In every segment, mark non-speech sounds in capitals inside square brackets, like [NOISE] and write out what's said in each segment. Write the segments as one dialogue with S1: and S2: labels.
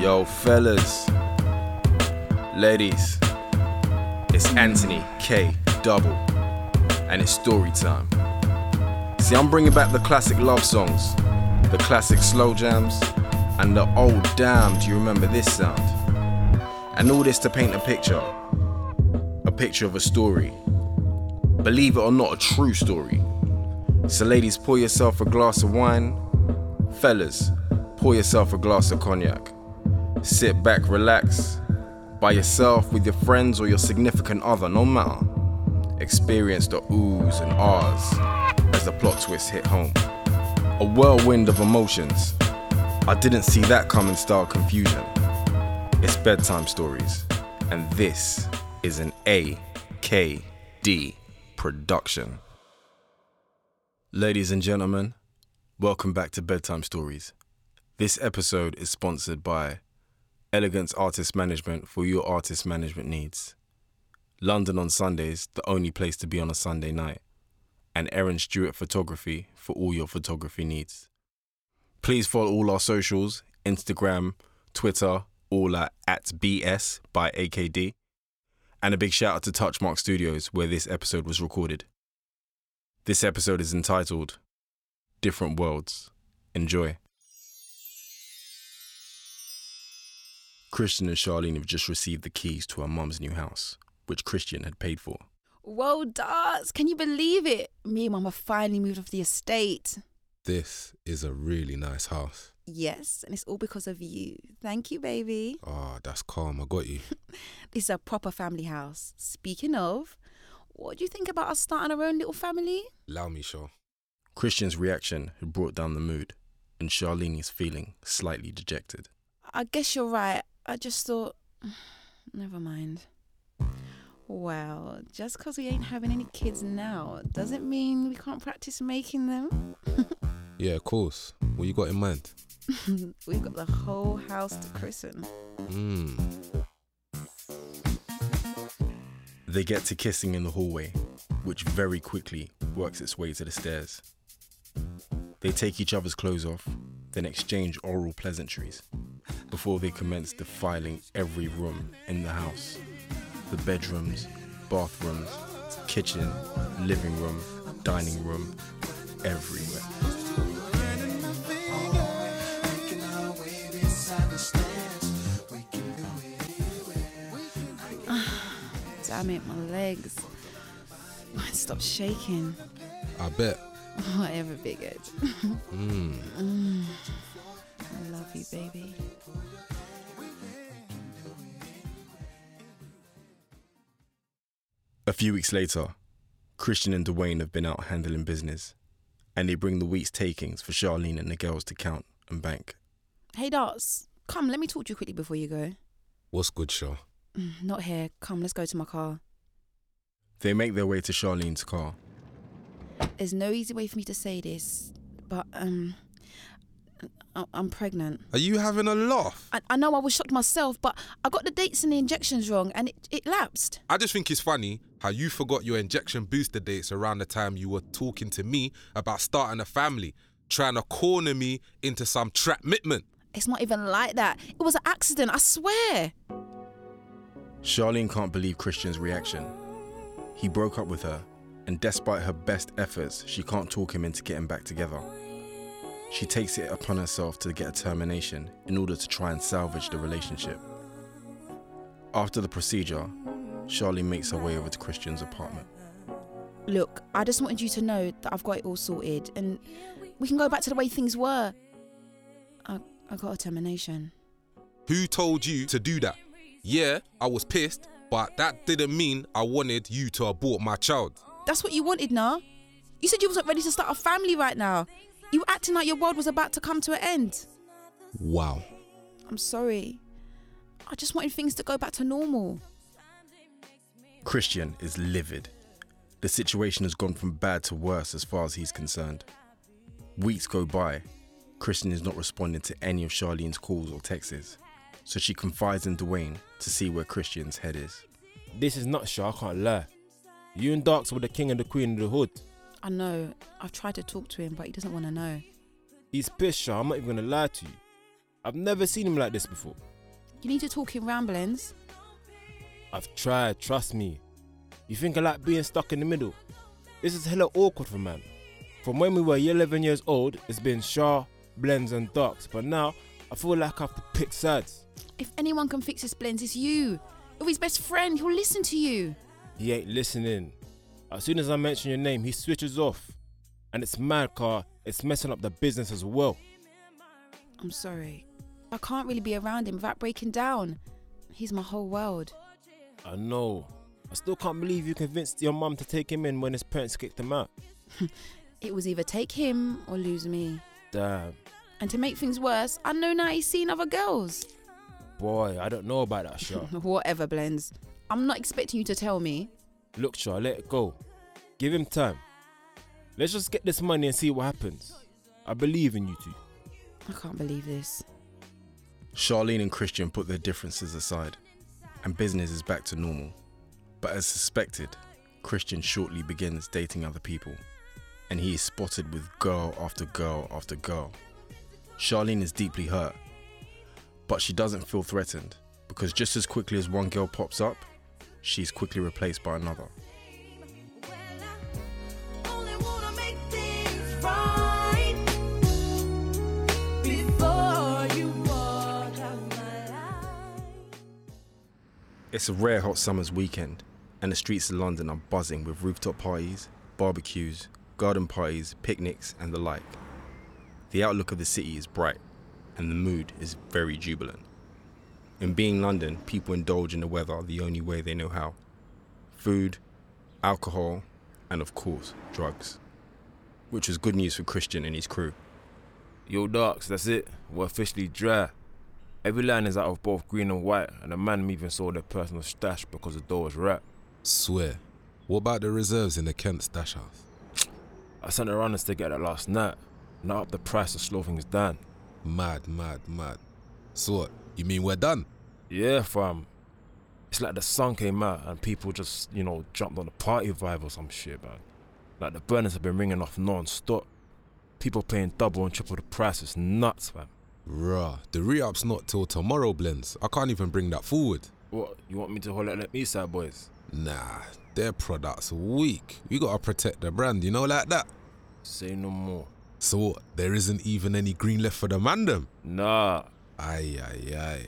S1: Yo, fellas, ladies, it's Anthony K. Double, and it's story time. See, I'm bringing back the classic love songs, the classic slow jams, and the old damn, do you remember this sound? And all this to paint a picture a picture of a story. Believe it or not, a true story. So, ladies, pour yourself a glass of wine. Fellas, pour yourself a glass of cognac. Sit back, relax, by yourself, with your friends or your significant other, no matter. Experience the oohs and ahs as the plot twists hit home. A whirlwind of emotions. I didn't see that coming style confusion. It's bedtime stories, and this is an AKD production. Ladies and gentlemen, welcome back to Bedtime Stories. This episode is sponsored by Elegance Artist Management for your artist management needs. London on Sundays, the only place to be on a Sunday night. And Erin Stewart Photography for all your photography needs. Please follow all our socials Instagram, Twitter, all at, at BS by AKD. And a big shout out to Touchmark Studios, where this episode was recorded. This episode is entitled Different Worlds. Enjoy. Christian and Charlene have just received the keys to her mum's new house, which Christian had paid for.
S2: Whoa, darts! Can you believe it? Me and Mum have finally moved off the estate.
S3: This is a really nice house.
S2: Yes, and it's all because of you. Thank you, baby.
S3: Ah, that's calm. I got you.
S2: This is a proper family house. Speaking of, what do you think about us starting our own little family?
S3: Allow me, Shaw.
S1: Christian's reaction had brought down the mood, and Charlene is feeling slightly dejected.
S2: I guess you're right. I just thought. [SIGHS] Never mind. Well, just 'cause we ain't having any kids now doesn't mean we can't practice making them. [LAUGHS]
S3: Yeah, of course. What you got in mind?
S2: We've got the whole house to christen.
S1: Mm.
S3: Mmm.
S1: They get to kissing in the hallway, which very quickly works its way to the stairs. They take each other's clothes off, then exchange oral pleasantries before they commence defiling every room in the house the bedrooms, bathrooms, kitchen, living room, dining room, everywhere.
S2: [SIGHS] Damn it, my legs. Stop shaking.
S3: I
S2: [LAUGHS]
S3: bet. Mm.
S2: Whatever, big head. [LAUGHS] Mm. I love you, baby.
S1: A few weeks later, Christian and Dwayne have been out handling business, and they bring the week's takings for Charlene and the girls to count and bank.
S2: Hey, Darts, come, let me talk to you quickly before you go.
S3: What's good, Shaw?
S2: Mm, Not here. Come, let's go to my car.
S1: They make their way to Charlene's car.
S2: There's no easy way for me to say this, but um, I- I'm pregnant.
S3: Are you having a laugh?
S2: I, I know I was shocked myself, but I got the dates and the injections wrong, and it, it lapsed.
S3: I just think it's funny how you forgot your injection booster dates around the time you were talking to me about starting a family, trying to corner me into some trapmitment.
S2: It's not even like that. It was an accident. I swear.
S1: Charlene can't believe Christian's reaction. He broke up with her, and despite her best efforts, she can't talk him into getting back together. She takes it upon herself to get a termination in order to try and salvage the relationship. After the procedure, Charlene makes her way over to Christian's apartment.
S2: Look, I just wanted you to know that I've got it all sorted, and we can go back to the way things were. I I got a termination.
S3: Who told you to do that? Yeah, I was pissed, but that didn't mean I wanted you to abort my child.
S2: That's what you wanted, nah? You said you wasn't ready to start a family right now. You were acting like your world was about to come to an end.
S3: Wow.
S2: I'm sorry. I just wanted things to go back to normal.
S1: Christian is livid. The situation has gone from bad to worse as far as he's concerned. Weeks go by. Christian is not responding to any of Charlene's calls or texts, so she confides in Dwayne to see where Christian's head is.
S4: This is not sure, I can't lie. You and Darks were the king and the queen of the hood.
S2: I know. I've tried to talk to him, but he doesn't want to know.
S4: He's pissed, sure, I'm not even gonna lie to you. I've never seen him like this before.
S2: You need to talk in ramblings.
S4: I've tried, trust me. You think I like being stuck in the middle? This is hella awkward for man. From when we were 11 years old, it's been Shaw, Blends, and Ducks, but now I feel like I have to pick sides.
S2: If anyone can fix his blends, it's you. You're his best friend. He'll listen to you.
S4: He ain't listening. As soon as I mention your name, he switches off. And it's mad, car. It's messing up the business as well.
S2: I'm sorry. I can't really be around him without breaking down. He's my whole world.
S4: I know. I still can't believe you convinced your mum to take him in when his parents kicked him out.
S2: It was either take him or lose me.
S4: Damn.
S2: And to make things worse, I know now he's seen other girls.
S4: Boy, I don't know about that,
S2: [LAUGHS]
S4: Shaw.
S2: Whatever, Blends. I'm not expecting you to tell me.
S4: Look, Shaw, let it go. Give him time. Let's just get this money and see what happens. I believe in you two.
S2: I can't believe this.
S1: Charlene and Christian put their differences aside, and business is back to normal. But as suspected, Christian shortly begins dating other people, and he is spotted with girl after girl after girl. Charlene is deeply hurt, but she doesn't feel threatened because just as quickly as one girl pops up, she's quickly replaced by another.
S5: Only wanna make things right before you walk out my life.
S1: It's a rare hot summer's weekend, and the streets of London are buzzing with rooftop parties, barbecues, garden parties, picnics, and the like. The outlook of the city is bright, and the mood is very jubilant. In being London, people indulge in the weather the only way they know how food, alcohol, and of course, drugs. Which was good news for Christian and his crew.
S4: Yo, Darks, that's it. We're officially dry. Every line is out of both green and white, and the man even sold their personal stash because the door was wrapped.
S3: Swear. What about the reserves in the Kent stash house?
S4: I sent the runners to get that last night. Now up the price to slow things down.
S3: Mad, mad, mad. So what? You mean we're done?
S4: Yeah, fam. It's like the sun came out and people just, you know, jumped on the party vibe or some shit, man. Like the burners have been ringing off non-stop. People paying double and triple the price. It's nuts, man.
S3: Bruh, the re-up's not till tomorrow, Blends. I can't even bring that forward.
S4: What, you want me to holler at them Eastside boys?
S3: Nah, their product's weak. We gotta protect the brand, you know, like that.
S4: Say no more.
S3: So what? There isn't even any green left for the mandem.
S4: Nah,
S3: Aye, aye, aye.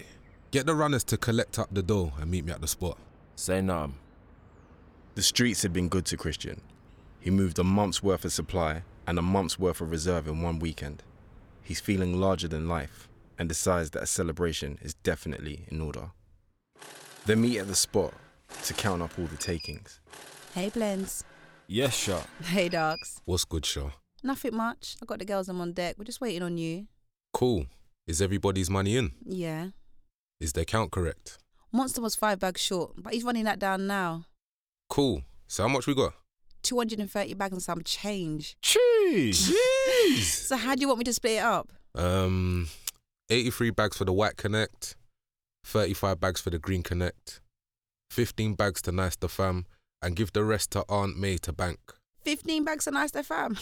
S3: Get the runners to collect up the dough and meet me at the spot.
S4: say nah.
S1: The streets had been good to Christian. He moved a month's worth of supply and a month's worth of reserve in one weekend. He's feeling larger than life and decides that a celebration is definitely in order. They meet at the spot to count up all the takings.
S2: Hey, Blends. [LAUGHS]
S4: Yes, sure.
S2: Hey, Darks.
S3: What's good, Shaw?
S2: Nothing much. I got the girls I'm on deck. We're just waiting on you.
S3: Cool. Is everybody's money in?
S2: Yeah.
S3: Is their count correct?
S2: Monster was five bags short, but he's running that down now.
S3: Cool. So how much we got?
S2: 230 bags and some change. [LAUGHS]
S4: Cheese!
S3: Jeez.
S2: So, how do you want me to split it up?
S3: um, 83 bags for the white connect, 35 bags for the green connect, 15 bags to nice the fam, and give the rest to Aunt May to bank.
S2: 15 bags of nice there, [LAUGHS] fam.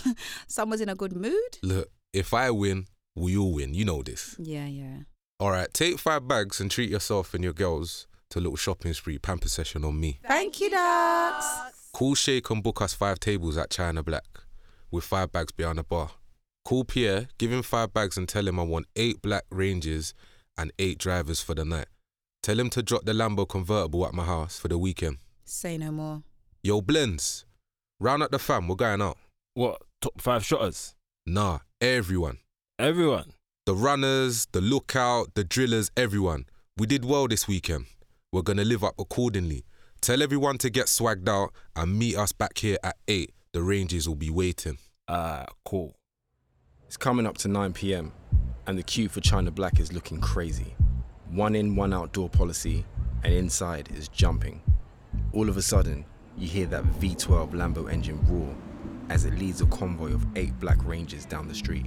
S2: Someone's in a good mood?
S3: Look, if I win, we all win. You know this.
S2: Yeah, yeah.
S3: All right, take five bags and treat yourself and your girls to a little shopping spree, pamper session on me.
S2: Thank you, Darks.
S3: Call Shay can book us five tables at China Black with five bags behind the bar. Call Pierre, give him five bags and tell him I want eight black Rangers and eight drivers for the night. Tell him to drop the Lambo convertible at my house for the weekend.
S2: Say no more.
S3: Yo, Blends, round up the fam, we're going out.
S4: What, top five shotters?
S3: Nah, everyone.
S4: Everyone.
S3: The runners, the lookout, the drillers, everyone. We did well this weekend. We're gonna live up accordingly. Tell everyone to get swagged out and meet us back here at 8. The Rangers will be waiting.
S4: Ah, cool.
S1: It's coming up to 9 pm, and the queue for China Black is looking crazy. One in, one outdoor policy, and inside is jumping. All of a sudden, you hear that V12 Lambo engine roar as it leads a convoy of eight Black Rangers down the street.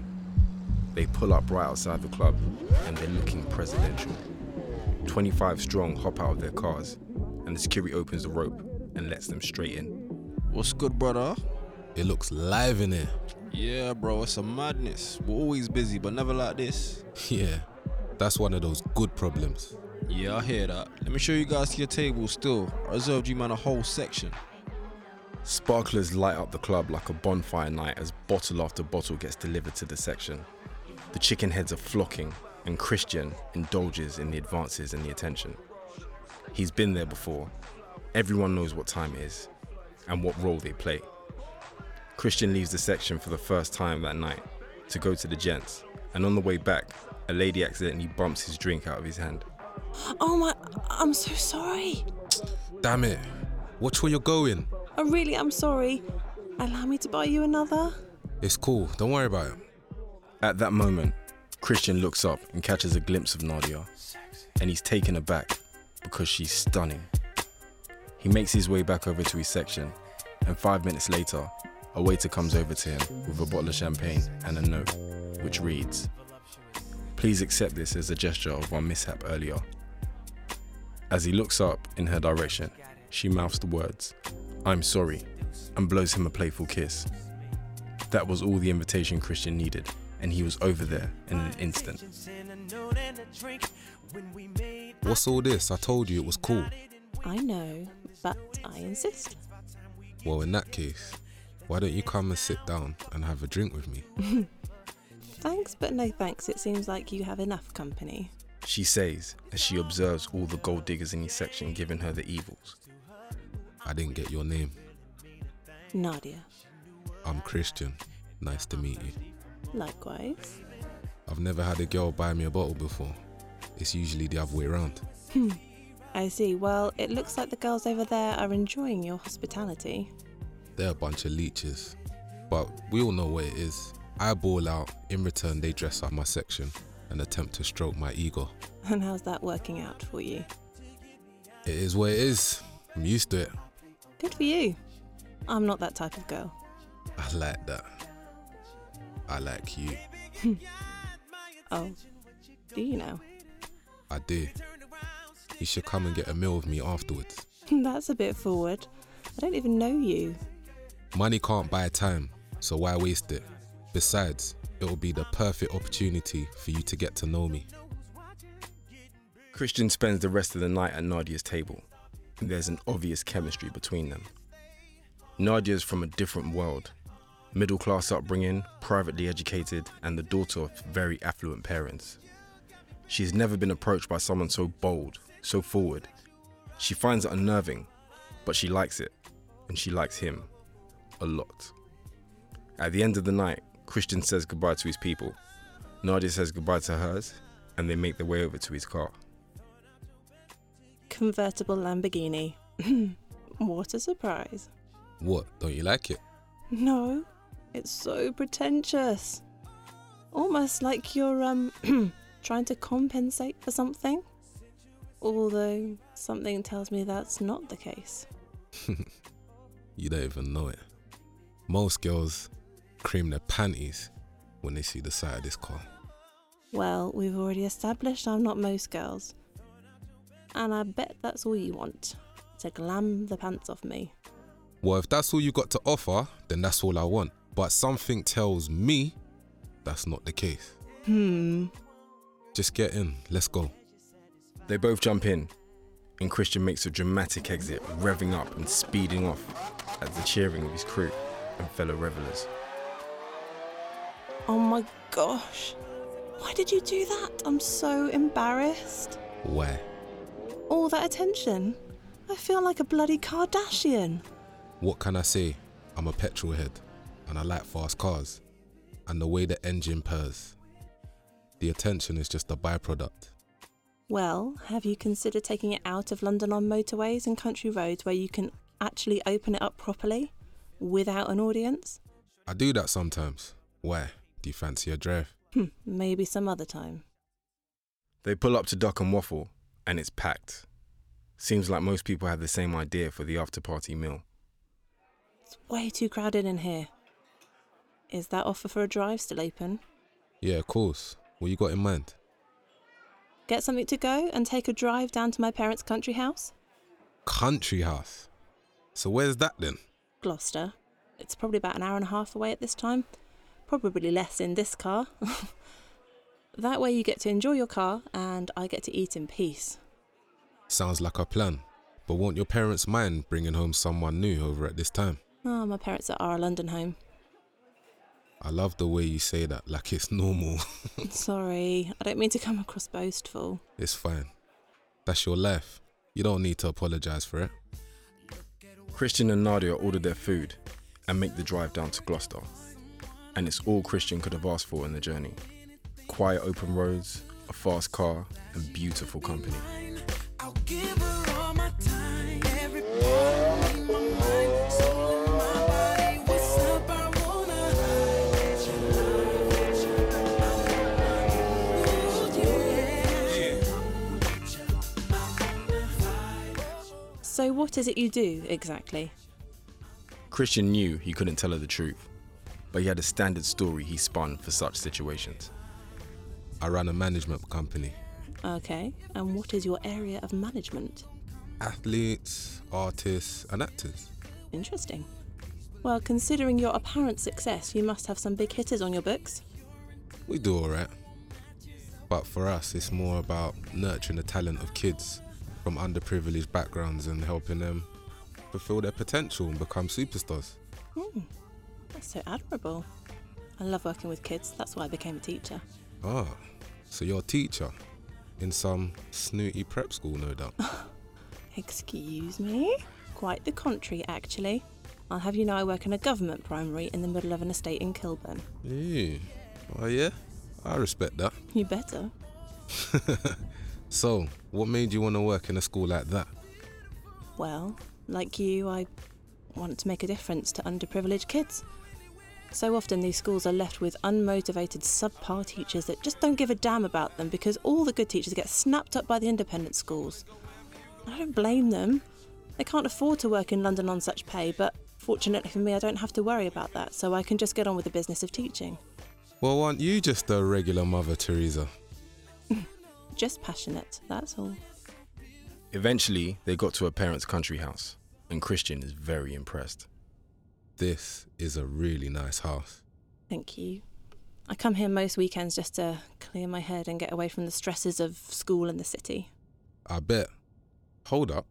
S1: They pull up right outside the club, and they're looking presidential. 25 strong hop out of their cars, and the security opens the rope and lets them straight in.
S6: What's good, brother?
S3: It looks live in here.
S6: Yeah, bro, it's a madness. We're always busy, but never like this.
S3: [LAUGHS] Yeah. That's one of those good problems.
S6: Yeah, I hear that. Let me show you guys to your table still. I reserved you man a whole section.
S1: Sparklers light up the club like a bonfire night as bottle after bottle gets delivered to the section. The chicken heads are flocking, and Christian indulges in the advances and the attention. He's been there before. Everyone knows what time it is and what role they play. Christian leaves the section for the first time that night to go to the gents, and on the way back, a lady accidentally bumps his drink out of his hand.
S7: Oh my, I'm so sorry.
S3: Damn it. Watch where you're going.
S7: I really am sorry. Allow me to buy you another.
S3: It's cool. Don't worry about it.
S1: At that moment, Christian looks up and catches a glimpse of Nadia, and he's taken aback because she's stunning. He makes his way back over to his section, and five minutes later, a waiter comes over to him with a bottle of champagne and a note, which reads Please accept this as a gesture of our mishap earlier. As he looks up in her direction, she mouths the words, I'm sorry, and blows him a playful kiss. That was all the invitation Christian needed, and he was over there in an instant.
S3: What's all this? I told you it was cool.
S7: I know, but I insist. [LAUGHS]
S3: Well, in that case, why don't you come and sit down and have a drink with me?
S7: Thanks, but no thanks. It seems like you have enough company.
S1: She says as she observes all the gold diggers in his section giving her the evils.
S3: I didn't get your name.
S7: Nadia,
S3: I'm Christian. Nice to meet you.
S7: likewise.
S3: I've never had a girl buy me a bottle before. It's usually the other way around.
S7: Hmm. I see. Well, it looks like the girls over there are enjoying your hospitality. [LAUGHS]
S3: They're a bunch of leeches. But we all know what it is. I ball out, in return, they dress up my section and attempt to stroke my ego.
S7: And how's that working out for you?
S3: It is what it is. I'm used to it.
S7: Good for you. I'm not that type of girl. [LAUGHS]
S3: I like that. I like you.
S7: Oh, do you know?
S3: I do. You should come and get a meal with me afterwards.
S7: [LAUGHS] That's a bit forward. I don't even know you.
S3: Money can't buy time, so why waste it? Besides, it'll be the perfect opportunity for you to get to know me.
S1: Christian spends the rest of the night at Nadia's table. There's an obvious chemistry between them. Nadia's from a different world middle class upbringing, privately educated, and the daughter of very affluent parents. She has never been approached by someone so bold, so forward. She finds it unnerving, but she likes it, and she likes him a lot. At the end of the night, Christian says goodbye to his people. Nadia says goodbye to hers, and they make their way over to his car.
S7: Convertible Lamborghini. [LAUGHS] what a surprise.
S3: What? Don't you like it? [LAUGHS]
S7: No, it's so pretentious. Almost like you're um [CLEARS THROAT] trying to compensate for something. Although something tells me that's not the case.
S3: You don't even know it. Most girls cream their panties when they see the side of this car.
S7: Well, we've already established I'm not most girls. And I bet that's all you want. To glam the pants off me.
S3: Well, if that's all you got to offer, then that's all I want. But something tells me that's not the case.
S7: Hmm.
S3: Just get in, let's go.
S1: They both jump in, and Christian makes a dramatic exit, revving up and speeding off at the cheering of his crew and fellow revelers.
S7: Oh my gosh. Why did you do that? I'm so embarrassed.
S3: Why?
S7: All that attention. I feel like a bloody Kardashian.
S3: What can I say? I'm a petrol head and I like fast cars and the way the engine purrs. The attention is just a byproduct.
S7: Well, have you considered taking it out of London on motorways and country roads where you can actually open it up properly without an audience?
S3: I do that sometimes. Why? Do you fancy a drive?
S7: Hmm, Maybe some other time.
S1: They pull up to Duck and Waffle, and it's packed. Seems like most people had the same idea for the after party meal.
S7: It's way too crowded in here. Is that offer for a drive still open?
S3: Yeah, of course. What you got in mind?
S7: Get something to go and take a drive down to my parents' country house?
S3: Country house. So where's that then?
S7: Gloucester. It's probably about an hour and a half away at this time. Probably less in this car. [LAUGHS] That way you get to enjoy your car and I get to eat in peace.
S3: Sounds like a plan. But won't your parents mind bringing home someone new over at this time?
S7: Ah, my parents are our London home.
S3: I love the way you say that, like it's [LAUGHS] normal.
S7: Sorry, I don't mean to come across boastful.
S3: it's fine. That's your life. You don't need to apologize for it.
S1: Christian and Nadia order their food and make the drive down to Gloucester. And it's all Christian could have asked for in the journey quiet open roads, a fast car, and beautiful company.
S7: So, what is it you do exactly?
S1: Christian knew he couldn't tell her the truth, but he had a standard story he spun for such situations.
S3: I run a management company.
S7: Okay, and what is your area of management?
S3: Athletes, artists, and actors.
S7: Interesting. Well, considering your apparent success, you must have some big hitters on your books.
S3: We do alright. But for us, it's more about nurturing the talent of kids from underprivileged backgrounds and helping them fulfill their potential and become superstars.
S7: Hmm, that's so admirable. I love working with kids, that's why I became a teacher.
S3: Ah, so you're a teacher in some snooty prep school, no
S1: [LAUGHS]
S3: doubt.
S7: Excuse me? Quite the contrary, actually. I'll have you know I work in a government primary in the middle of an estate in Kilburn.
S3: yeah. Oh, yeah? I respect that.
S7: You better.
S3: So, what made you want to work in a school like that?
S7: Well, like you, I want to make a difference to underprivileged kids. So often these schools are left with unmotivated subpar teachers that just don't give a damn about them because all the good teachers get snapped up by the independent schools. I don't blame them. They can't afford to work in London on such pay, but fortunately for me, I don't have to worry about that, so I can just get on with the business of teaching.
S3: Well, aren't you just a regular mother, Teresa?
S7: Just passionate, that's all.
S1: Eventually, they got to her parents' country house, and Christian is very impressed.
S3: This is a really nice house.
S7: Thank you. I come here most weekends just to clear my head and get away from the stresses of school and the city. [LAUGHS]
S3: I bet. Hold up.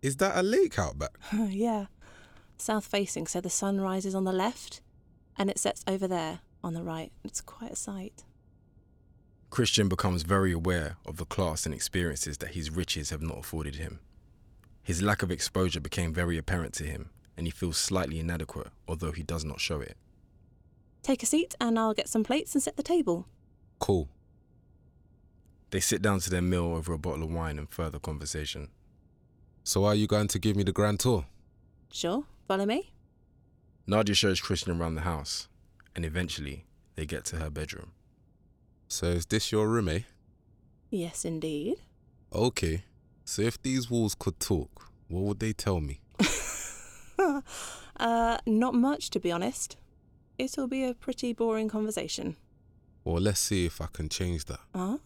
S3: Is that a lake out back?
S7: yeah. South facing, so the sun rises on the left and it sets over there on the right. It's quite a sight.
S1: Christian becomes very aware of the class and experiences that his riches have not afforded him. His lack of exposure became very apparent to him, and he feels slightly inadequate, although he does not show it.
S7: Take a seat and I'll get some plates and set the table.
S3: Cool.
S1: They sit down to their meal over a bottle of wine and further conversation.
S3: So, are you going to give me the grand tour?
S7: Sure, follow me.
S1: Nadia shows Christian around the house, and eventually they get to her bedroom.
S3: So, is this your room, eh?
S7: Yes, indeed. [LAUGHS]
S3: Okay. So, if these walls could talk, what would they tell me?
S7: uh, not much, to be honest. It'll be a pretty boring conversation.
S3: Well, let's see if I can change that.
S7: Huh?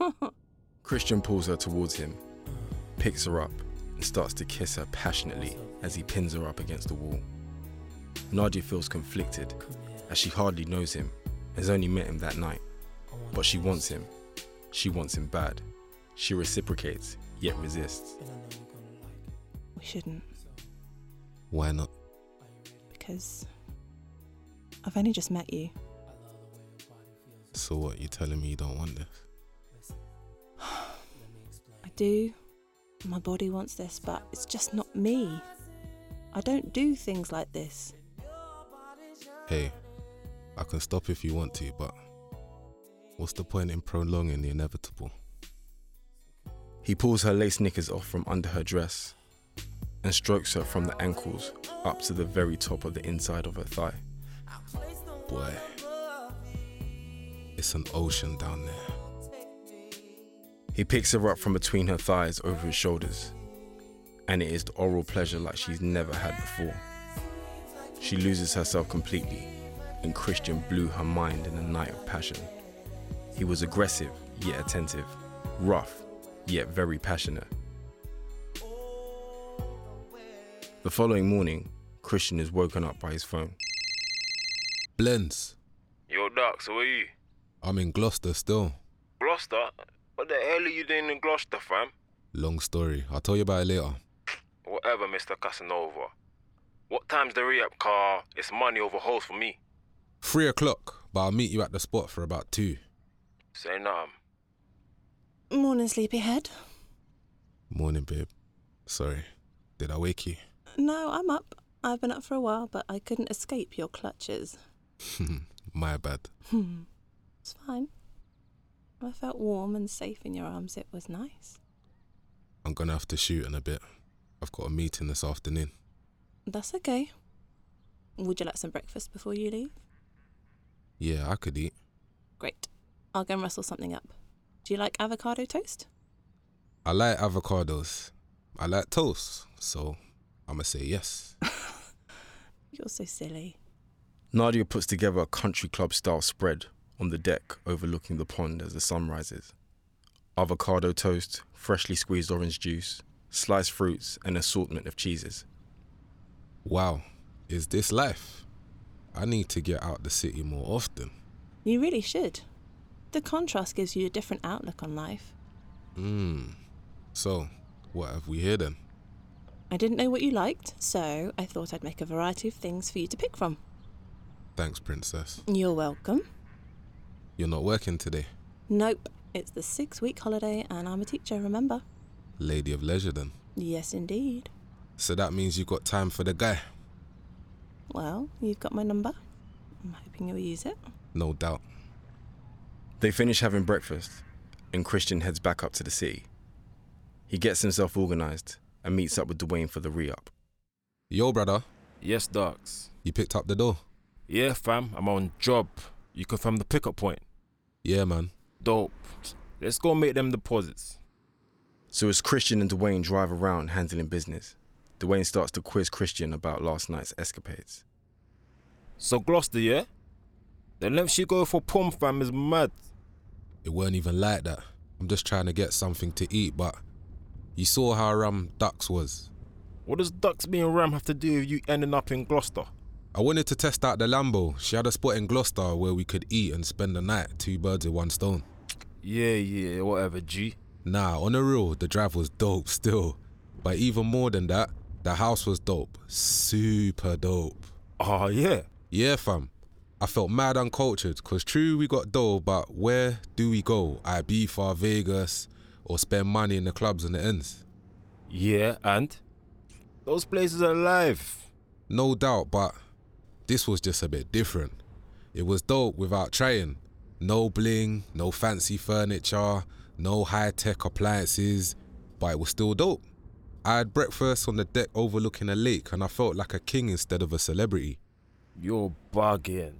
S7: [LAUGHS]
S1: Christian pulls her towards him, picks her up, and starts to kiss her passionately as he pins her up against the wall. Nadia feels conflicted as she hardly knows him, has only met him that night. But she wants him. She wants him bad. She reciprocates, yet resists.
S7: we shouldn't,
S3: Why not?
S7: because I've only just met you.
S3: So, what? You're telling me you don't want this?
S7: I do. My body wants this, but it's just not me. I don't do things like this.
S3: Hey, I can stop if you want to, but what's the point in prolonging the inevitable?
S1: He pulls her lace knickers off from under her dress and strokes her from the ankles up to the very top of the inside of her thigh.
S3: Boy, it's an ocean down there.
S1: He picks her up from between her thighs over his shoulders, and it is the oral pleasure like she's never had before. She loses herself completely, and Christian blew her mind in a night of passion. He was aggressive, yet attentive, rough, yet very passionate. The following morning, Christian is woken up by his phone.
S3: Blends.
S8: Yo, Doc, so where you?
S3: I'm in Gloucester still.
S4: Gloucester? What the hell are you doing in Gloucester, fam?
S3: Long story. I'll tell you about it later.
S4: Whatever, Mr. Casanova. What time's the re-up car? It's money over holes for me.
S3: Three o'clock, but I'll meet you at the spot for about two.
S4: Say nothing.
S7: Morning, sleepyhead.
S3: Morning, babe. Sorry. Did I wake you? [LAUGHS]
S7: No, I'm up. I've been up for a while, but I couldn't escape your clutches. Hmm.
S3: My bad.
S7: It's fine. I felt warm and safe in your arms. It was nice.
S3: I'm gonna have to shoot in a bit. I've got a meeting this afternoon.
S7: That's okay. Would you like some breakfast before you leave?
S3: Yeah, I could eat.
S7: Great. I'll go and rustle something up. Do you like avocado toast?
S3: I like avocados. I like toast, so I'ma say yes.
S7: You're so silly.
S1: Nadia puts together a country club style spread on the deck overlooking the pond as the sun rises. Avocado toast, freshly squeezed orange juice, sliced fruits, and assortment of cheeses.
S3: Wow, is this life? I need to get out the city more often.
S7: You really should. The contrast gives you a different outlook on life.
S3: Hmm. So, what have we here then?
S7: I didn't know what you liked, so I thought I'd make a variety of things for you to pick from.
S3: Thanks, princess.
S7: You're welcome.
S3: You're not working today,
S7: Nope, it's the six week holiday and I'm a teacher, remember?
S3: lady of leisure then.
S7: Yes, indeed.
S3: So that means you've got time for the guy.
S7: Well, you've got my number. I'm hoping you'll use it.
S3: No doubt.
S1: They finish having breakfast, and Christian heads back up to the city. He gets himself organized and meets up with Dwayne for the re up.
S3: Yo, brother,
S4: Yes, dogs.
S3: you picked up the door.
S4: Yeah, fam, I'm on job. You confirm the pickup point.
S3: Yeah, man.
S4: Dope. Let's go make them deposits.
S1: So as Christian and Dwayne drive around handling business, Dwayne starts to quiz Christian about last night's escapades.
S4: So Gloucester, yeah? The length she go for Pom fam is mad.
S3: It weren't even like that. I'm just trying to get something to eat, but you saw how Ram Ducks was.
S4: What does ducks being ram have to do with you ending up in Gloucester?
S3: I wanted to test out the Lambo. She had a spot in Gloucester where we could eat and spend the night, two birds with one stone.
S4: Yeah, yeah, whatever, G.
S3: Nah, on the real, the drive was dope still. But even more than that, the house was dope. Super dope.
S4: Oh, yeah.
S3: Yeah, fam. I felt mad uncultured, cause true we got dough, but where do we go? Ibiza, Vegas, or spend money in the clubs and the ends?
S4: Yeah, and? Those places are alive.
S3: No doubt, but this was just a bit different. It was dope without trying. No bling, no fancy furniture, no high tech appliances, but it was still dope. I had breakfast on the deck overlooking a lake and I felt like a king instead of a celebrity.
S4: You're bugging.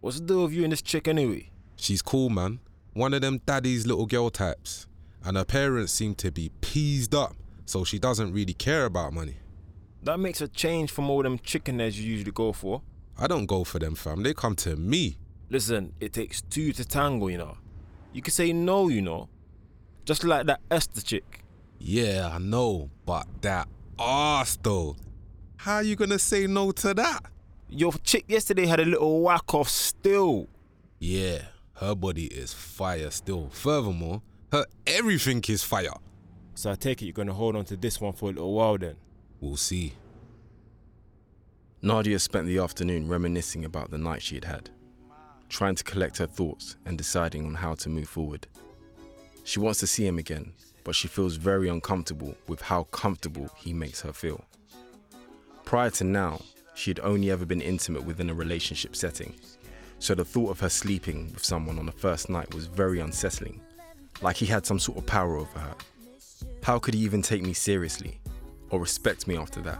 S4: What's the deal with you and this chick anyway?
S3: She's cool, man. One of them daddy's little girl types. And her parents seem to be peased up, so she doesn't really care about money.
S4: That makes a change from all them chicken heads you usually go for.
S3: I don't go for them, fam. They come to me.
S4: Listen, it takes two to tango, you know. You can say no, you know. Just like that Esther chick.
S3: Yeah, I know, but that ass though. How you gonna say no to that?
S4: Your chick yesterday had a little whack off still.
S3: Yeah, her body is fire still. Furthermore, her everything is fire.
S4: So I take it you're gonna hold on to this one for a little while then.
S3: We'll see.
S1: Nadia spent the afternoon reminiscing about the night she had had, trying to collect her thoughts and deciding on how to move forward. She wants to see him again, but she feels very uncomfortable with how comfortable he makes her feel. Prior to now, she had only ever been intimate within a relationship setting, so the thought of her sleeping with someone on the first night was very unsettling, like he had some sort of power over her. How could he even take me seriously or respect me after that?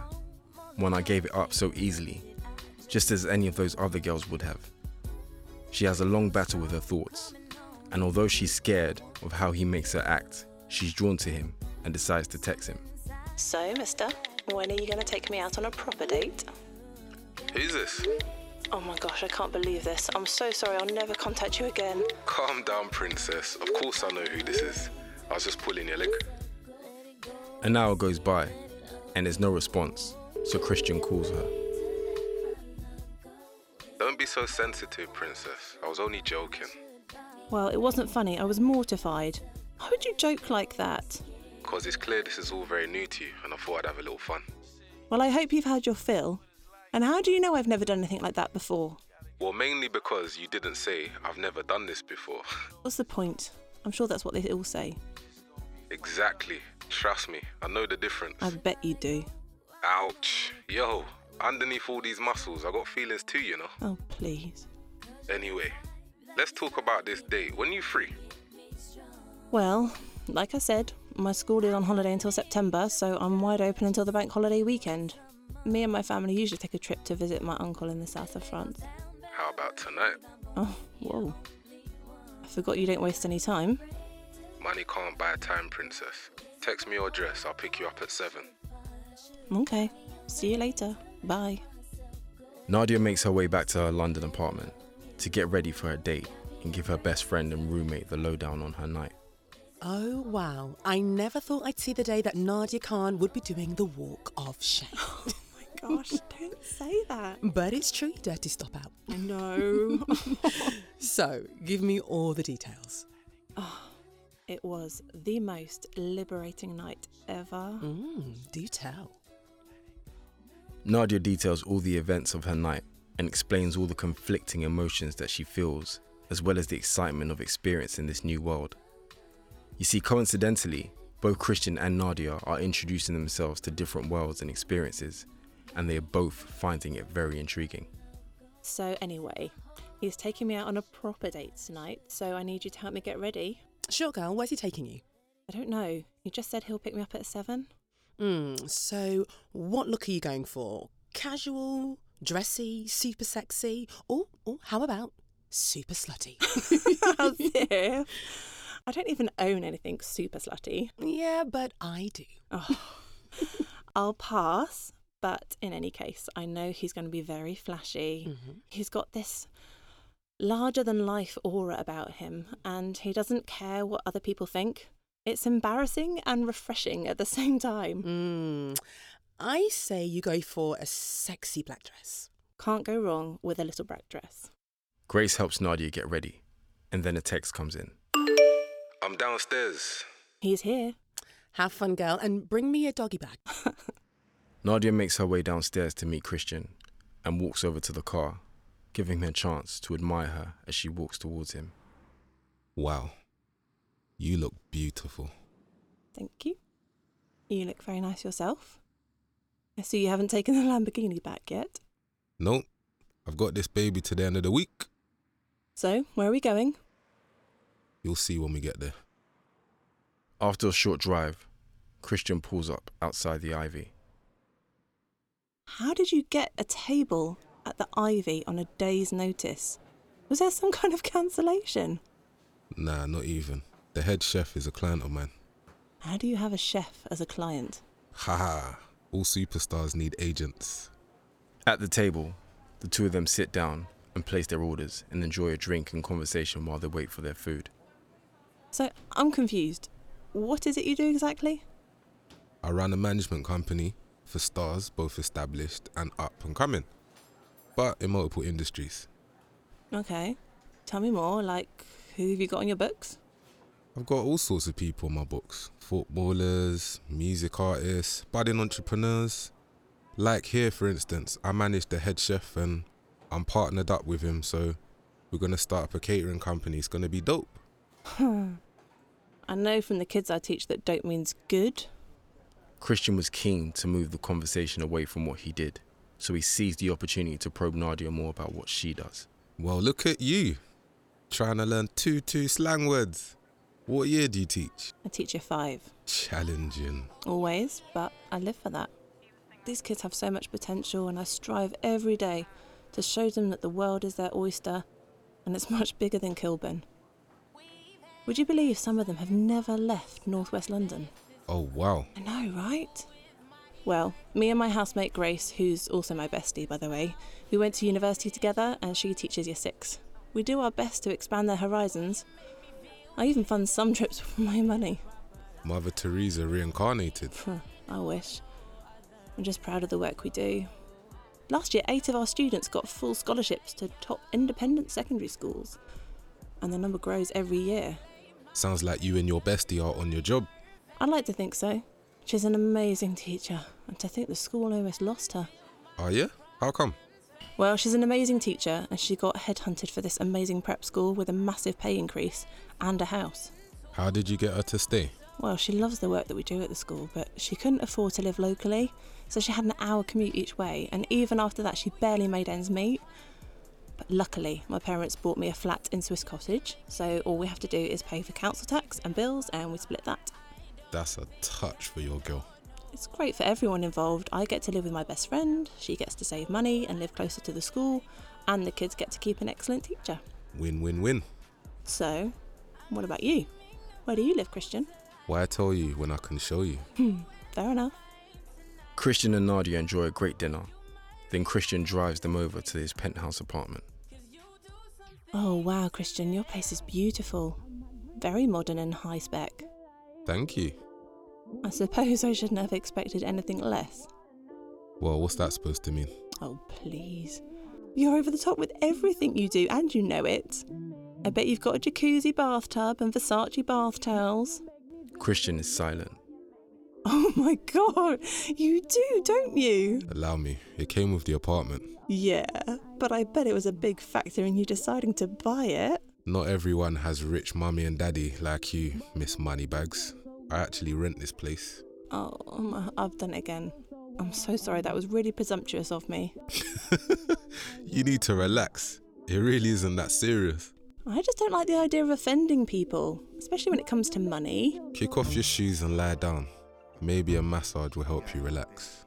S1: when I gave it up so easily, just as any of those other girls would have. She has a long battle with her thoughts, and although she's scared of how he makes her act, she's drawn to him and decides to text him.
S7: So, mister, when are you going to take me out on a proper date?
S3: Who's this?
S7: Oh my gosh, I can't believe this. I'm so sorry, I'll never contact you again.
S3: Calm down, princess. Of course I know who this is. I was just pulling your leg.
S1: An hour goes by, and there's no response, so Christian calls her.
S3: Don't be so sensitive, princess. I was only joking.
S7: Well, it wasn't funny. I was mortified. Why would you joke like that?
S3: Because it's clear this is all very new to you, and I thought I'd have a little fun.
S7: Well, I hope you've had your fill. And how do you know I've never done anything like that before?
S3: Well, mainly because you didn't say, I've never done this before. [LAUGHS]
S7: What's the point? I'm sure that's what they all say.
S3: exactly. Trust me, I know the difference.
S7: I bet you do.
S3: Ouch. Yo, underneath all these muscles, I got feelings too, you know.
S7: Oh, please.
S3: Anyway, let's talk about this date. When you free?
S7: Well, like I said, my school is on holiday until September, so I'm wide open until the bank holiday weekend. Me and my family usually take a trip to visit my uncle in the south of France.
S3: How about tonight?
S7: Oh, whoa. I forgot you don't waste any time.
S3: Money can't buy time, princess. Text me your address, I'll pick you up at 7.
S7: Okay. See you later. Bye.
S1: Nadia makes her way back to her London apartment to get ready for her date and give her best friend and roommate the lowdown on her night.
S8: Oh, wow. I never thought I'd see the day that Nadia Khan would be doing the walk of
S7: [LAUGHS]
S8: shame.
S7: Gosh, don't say [LAUGHS] that.
S8: but it's true, dirty stop out.
S7: I know. [LAUGHS]
S8: So, give me all the details.
S7: it was the most liberating night ever.
S8: Mm, do tell.
S1: Nadia details all the events of her night and explains all the conflicting emotions that she feels, as well as the excitement of experiencing this new world. You see, coincidentally, both Christian and Nadia are introducing themselves to different worlds and experiences, and they are both finding it very intriguing.
S7: So, anyway, he's taking me out on a proper date tonight, so I need you to help me get ready.
S8: Sure, girl, where's he taking you?
S7: I don't know. You just said he'll pick me up at seven.
S8: Mm, so, what look are you going for? Casual, dressy, super sexy, or, or how about super
S7: [LAUGHS]
S8: slutty?
S7: As if. I don't even own anything super slutty.
S8: yeah, but I do.
S7: I'll pass, but in any case, I know he's going to be very flashy.
S8: Mm-hmm.
S7: He's got this larger than life aura about him, and he doesn't care what other people think. It's embarrassing and refreshing at the same time.
S8: Mm, I say you go for a sexy black dress.
S7: Can't go wrong with a little black dress.
S1: Grace helps Nadia get ready, and then a text comes in.
S3: I'm downstairs.
S7: He's here.
S8: Have fun, girl, and bring me a doggy bag.
S7: [LAUGHS]
S1: Nadia makes her way downstairs to meet Christian and walks over to the car, giving him a chance to admire her as she walks towards him.
S3: Wow. You look beautiful.
S7: Thank you. You look very nice yourself. I see you haven't taken the [LAUGHS] Lamborghini back yet.
S3: Nope. I've got this baby to the end of the week.
S7: So, where are we going?
S3: You'll see when we get there.
S1: After a short drive, Christian pulls up outside the ivy.
S7: How did you get a table at the Ivy on a day's notice? Was there some [LAUGHS] kind of cancellation?
S3: Nah, not even. The head chef is a client of mine.
S7: How do you have a chef as a client?
S3: Haha. All superstars need agents.
S1: At the table, the two of them sit down and place their orders and enjoy a drink and conversation while they wait for their food.
S7: So, I'm confused. What is it you do exactly?
S3: I run a management company for stars, both established and up and coming, but in multiple industries.
S7: Okay. Tell me more, like, who have you got on your books?
S3: I've got all sorts of people in my books footballers, music artists, budding entrepreneurs. Like here, for instance, I manage the head chef and I'm partnered up with him, so we're going to start up a catering company. It's going to be dope.
S7: I know from the kids I teach that dope means good.
S1: Christian was keen to move the conversation away from what he did, so he seized the opportunity to probe Nadia more about what she does.
S3: Well, look at you trying to learn two, two slang words. What year do you teach?
S7: I teach year five.
S3: Challenging.
S7: always, but I live for that. These kids have so much potential, and I strive every day to show them that the world is their oyster and it's much bigger than Kilburn. Would you believe some of them have never left northwest London?
S3: Oh, wow.
S7: I know, right? Well, me and my housemate Grace, who's also my bestie, by the way, we went to university together and she teaches year six. We do our best to expand their horizons. I even fund some trips [LAUGHS] with my money.
S3: Mother Teresa reincarnated.
S7: Huh, I wish. I'm just proud of the work we do. Last year, eight of our students got full scholarships to top independent secondary schools. and the number grows every year.
S3: Sounds like you and your bestie are on your job.
S7: I'd like to think so. She's an amazing teacher, and to think the school almost lost her.
S3: Are you? How come?
S7: Well, she's an amazing teacher, and she got headhunted for this amazing prep school with a massive pay increase and a house.
S3: How did you get her to stay?
S7: Well, she loves the work that we do at the school, but she couldn't afford to live locally, so she had an hour commute each way, and even after that, she barely made ends meet. But luckily, my parents bought me a flat in Swiss Cottage, so all we have to do is pay for council tax and bills, and we split that.
S3: That's a touch for your girl.
S7: It's great for everyone involved. I get to live with my best friend, she gets to save money and live closer to the school, and the kids get to keep an excellent teacher.
S3: Win win win.
S7: So, what about you? Where do you live, Christian?
S3: Why tell you when I can show you?
S7: Fair enough.
S1: Christian and Nadia enjoy a great dinner. Then Christian drives them over to his penthouse apartment.
S7: Oh wow, Christian, your place is beautiful. Very modern and high spec.
S3: Thank you.
S7: I suppose I shouldn't have expected anything less.
S3: Well, what's that supposed to mean?
S7: Oh, please. You're over the top with everything you do, and you know it. I bet you've got a jacuzzi bathtub and Versace bath towels. [LAUGHS]
S1: Christian is silent.
S7: Oh my god, you do, don't you?
S3: Allow me. It came with the apartment.
S7: Yeah, but I bet it was a big factor in you deciding to buy it.
S3: Not everyone has rich mummy and daddy like you, Miss Moneybags. I actually rent this place.
S7: Oh, um, I've done it again. I'm so sorry, that was really presumptuous of me.
S3: you need to relax. It really isn't that serious.
S7: I just don't like the idea of offending people, especially when it comes to money. [LAUGHS]
S3: Kick off your shoes and lie down. Maybe a massage will help you relax.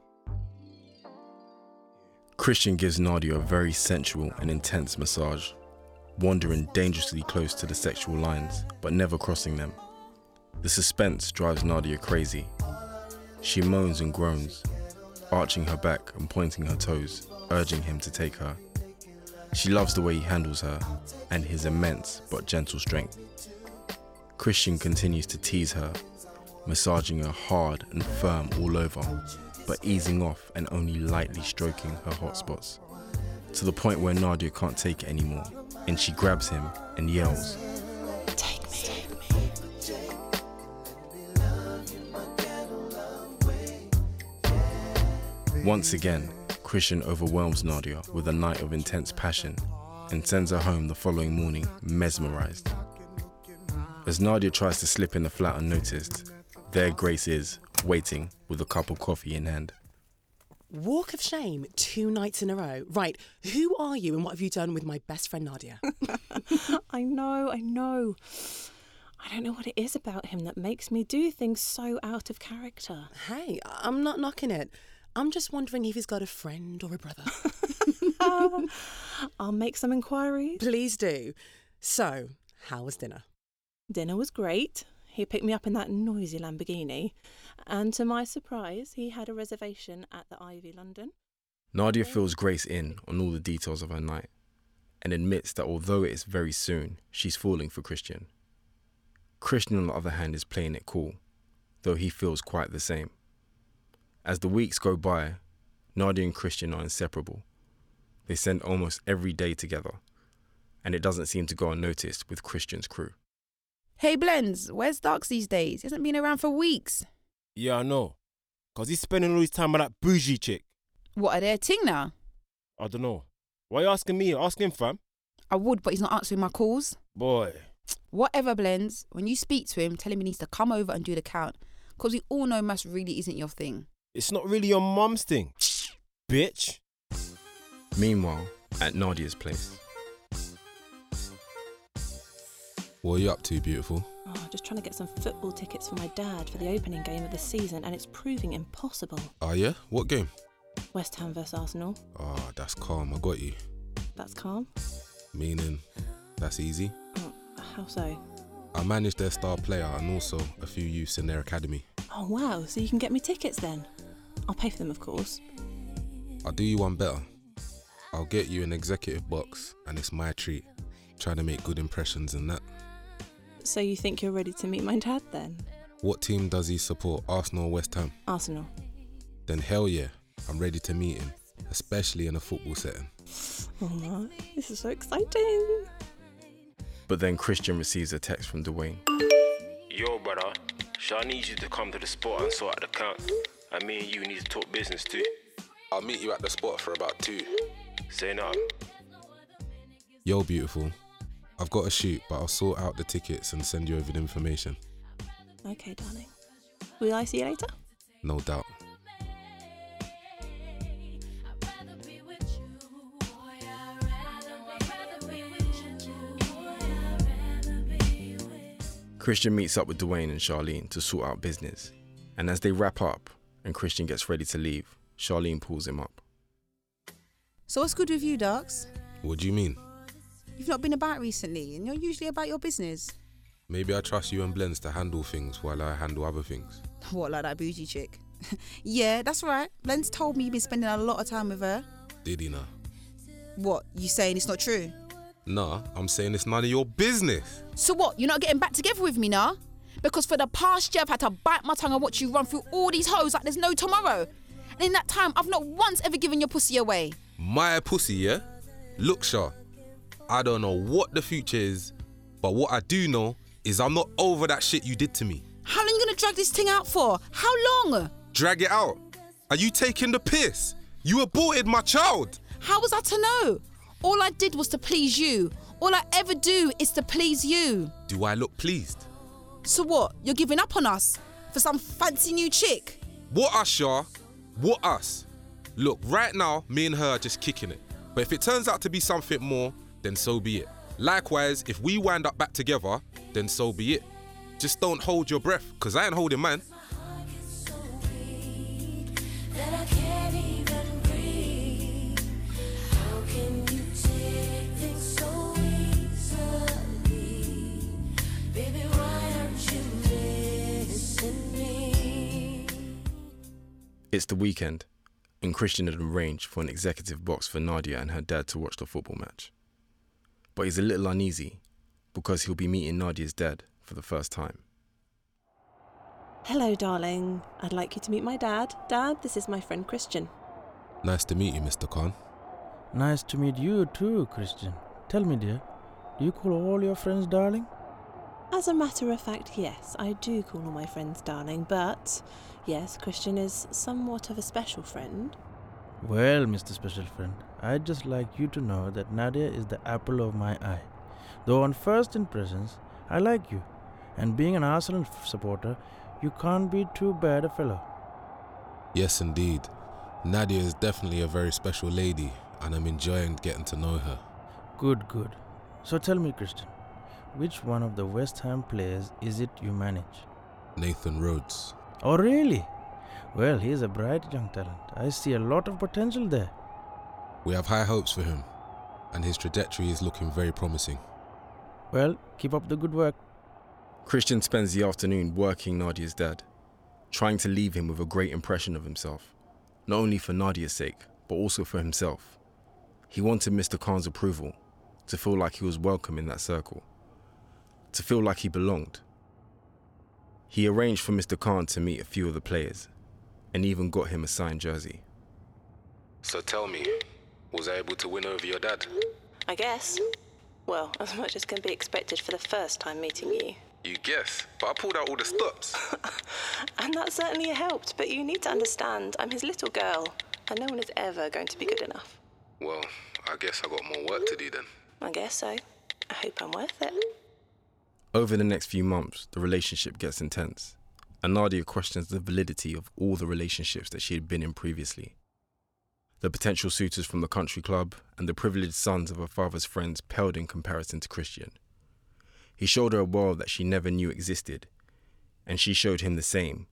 S1: Christian gives Nadia a very sensual and intense massage, wandering dangerously close to the sexual lines, but never crossing them. The suspense drives Nadia crazy. She moans and groans, arching her back and pointing her toes, urging him to take her. She loves the way he handles her and his immense but gentle strength. Christian continues to tease her, massaging her hard and firm all over, but easing off and only lightly stroking her hot spots. To the point where Nadia can't take it anymore, and she grabs him and yells.
S7: Take me.
S1: Once again, Christian overwhelms Nadia with a night of intense passion and sends her home the following morning, mesmerized. As Nadia tries to slip in the flat unnoticed, there Grace is, waiting with a cup of coffee in hand.
S8: Walk of shame, two nights in a row. Right, who are you and what have you done with my best friend Nadia?
S7: I know, I know. I don't know what it is about him that makes me do things so out of character.
S8: hey, I- I'm not knocking it. I'm just wondering if he's got a friend or a brother.
S7: [LAUGHS] I'll make some inquiries.
S8: Please do. So, how was dinner?
S7: Dinner was great. He picked me up in that noisy Lamborghini, and to my surprise, he had a reservation at the Ivy London.
S1: Nadia fills Grace in on all the details of her night and admits that although it is very soon, she's falling for Christian. Christian, on the other hand, is playing it cool, though he feels quite the same. As the weeks go by, Nadia and Christian are inseparable. They spend almost every day together, and it doesn't seem to go unnoticed with Christian's crew.
S2: Hey, Blends, where's Darks these days? He hasn't been around for weeks.
S4: Yeah, I know. Because he's spending all his time with that bougie chick.
S2: What, are they a ting now?
S4: I don't know. Why you asking me? Ask him, fam.
S2: I would, but he's not answering my calls.
S4: Boy.
S2: Whatever, Blends, when you speak to him, tell him he needs to come over and do the count. Because we all know maths really isn't your thing.
S4: It's not really your mum's thing, bitch.
S1: Meanwhile, at Nadia's place,
S3: What are you up to, beautiful?
S7: Oh, just trying to get some football tickets for my dad for the opening game of the season, and it's proving impossible.
S3: Oh, yeah? What game?
S7: West Ham versus Arsenal.
S3: Ah, that's calm. I got you.
S7: That's calm.
S3: Meaning, that's easy.
S7: Oh, how so?
S3: I manage their star player and also a few youths in their academy.
S7: Oh wow! So you can get me tickets then? I'll pay for them, of course.
S3: I'll do you one better. I'll get you an executive box, and it's my treat. Trying to make good impressions in that.
S7: So you think you're ready to meet my dad then?
S3: What team does he support? Arsenal or West Ham?
S7: Arsenal.
S3: Then hell yeah, I'm ready to meet him, especially in a football setting.
S7: Oh my! This is so exciting.
S1: But then Christian receives a text from Dwayne.
S4: Yo, brother. Sean needs you to come to the spot and sort out the count. And me and you need to talk business too.
S3: I'll meet you at the spot for about two.
S4: Say no.
S3: Yo, beautiful. I've got to shoot, but I'll sort out the tickets and send you over the information.
S7: Okay, darling. Will I see you later?
S3: No doubt.
S1: Christian meets up with Dwayne and Charlene to sort out business. And as they wrap up and Christian gets ready to leave, Charlene pulls him up.
S9: So what's good with you, Darks?
S3: What do you mean?
S9: You've not been about recently, and you're usually about your
S2: [LAUGHS]
S9: business.
S3: Maybe I trust you and Blends to handle things while I handle other things.
S9: What, like that bougie chick? [LAUGHS] yeah, that's right. Len's told me you've been spending a lot of time with her.
S3: Did he now?
S9: What, you saying it's not true?
S3: Nah, I'm saying it's none of your business.
S9: So what, you're not getting back together with me now? Because for the past year, I've had to bite my tongue and watch you run through all these hoes like there's no tomorrow. And in that time, I've not once ever given your pussy away.
S3: My pussy, yeah? Look, Shaw, I don't know what the future is, but what I do know is I'm not over that shit you did to me.
S9: How long you gonna drag this thing out for? How long?
S3: Drag it out. Are you taking the piss? You aborted my child.
S9: How was I to know? All I did was to please you. All I ever do is to please you.
S3: Do I look pleased?
S9: So what? You're giving up on us for some fancy new chick?
S3: What us, Shaw? What us? Look, right now, me and her are just kicking it. But if it turns out to be something more, then so be it. Likewise, if we wind up back together, then so be it. Just don't hold your breath, because I ain't holding mine.
S1: It's the weekend, and Christian had arranged for an executive box for Nadia and her dad to watch the football match. But he's a little uneasy because he'll be meeting Nadia's dad for the first time.
S7: Hello, darling. I'd like you to meet my dad. Dad, this is my friend Christian.
S3: Nice to meet you, Mr. Khan.
S10: Nice to meet you too, Christian. Tell me, dear, do you call all your friends darling?
S7: As a matter of fact, yes, I do call all my friends darling, but yes, Christian is somewhat of a special friend.
S10: Well, Mr. Special Friend, I'd just like you to know that Nadia is the apple of my eye. Though on first impressions, I like you, and being an Arsenal f- supporter, you can't be too bad a fellow.
S3: Yes, indeed. Nadia is definitely a very special lady, and I'm enjoying getting to know her.
S10: Good, good. So tell me, Christian, which one of the West Ham players is it you manage?
S3: Nathan Rhodes.
S10: Oh, really? Well, he's a bright young talent. I see a lot of potential there.
S3: We have high hopes for him, and his trajectory is looking very promising.
S10: Well, keep up the good work.
S1: Christian spends the afternoon working Nadia's dad, trying to leave him with a great impression of himself, not only for Nadia's sake, but also for himself. He wanted Mr. Khan's approval, to feel like he was welcome in that circle, to feel like he belonged. He arranged for Mr. Khan to meet a few of the players, and even got him a signed jersey.
S3: So tell me, was I able to win over your dad?
S7: I guess. Well, as much as can be expected for the first time meeting you.
S3: You guess, but I pulled out all the stops. [LAUGHS]
S7: And that certainly helped, but you need to understand I'm his little girl, and no one is ever going to be good enough.
S3: well, I guess I got more work to do then.
S7: I guess so. I hope I'm worth it.
S1: Over the next few months, the relationship gets intense, and Nadia questions the validity of all the relationships that she had been in previously. The potential suitors from the country club and the privileged sons of her father's friends paled in comparison to Christian. He showed her a world that she never knew existed, and she showed him the same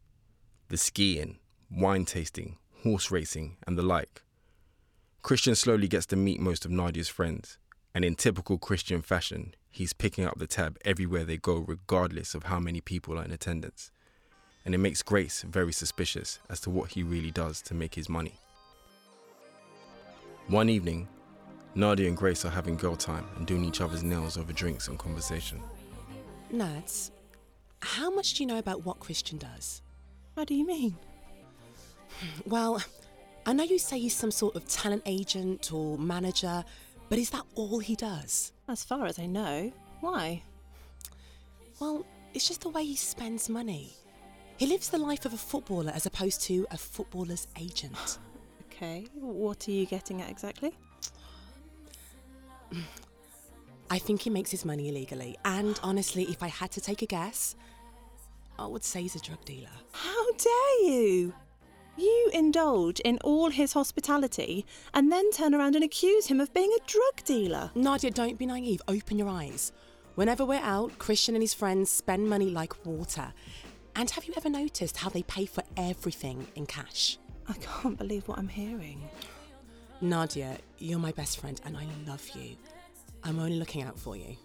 S1: the skiing, wine tasting, horse racing, and the like. Christian slowly gets to meet most of Nadia's friends, and in typical Christian fashion, he's picking up the tab everywhere they go, regardless of how many people are in attendance. And it makes Grace very suspicious as to what he really does to make his money. One evening, Nadia and Grace are having girl time and doing each other's nails over drinks and conversation.
S8: Nads, how much do you know about what Christian does?
S7: What do you mean?
S8: Well, I know you say he's some sort of talent agent or manager, but is that all he does?
S7: As far as I know, Why?
S8: Well, it's just the way he spends money. He lives the life of a footballer as opposed to a footballer's agent.
S7: [SIGHS] Okay, what are you getting at exactly?
S8: I think he makes his money illegally, and honestly, if I had to take a guess, I would say he's a drug dealer.
S7: How dare you? You indulge in all his hospitality and then turn around and accuse him of being a drug dealer.
S8: Nadia, don't be naive. Open your eyes. Whenever we're out, Christian and his friends spend money like water. And have you ever noticed how they pay for everything in cash?
S7: I can't believe what I'm hearing.
S8: Nadia, you're my best friend and I love you. I'm only looking out for you.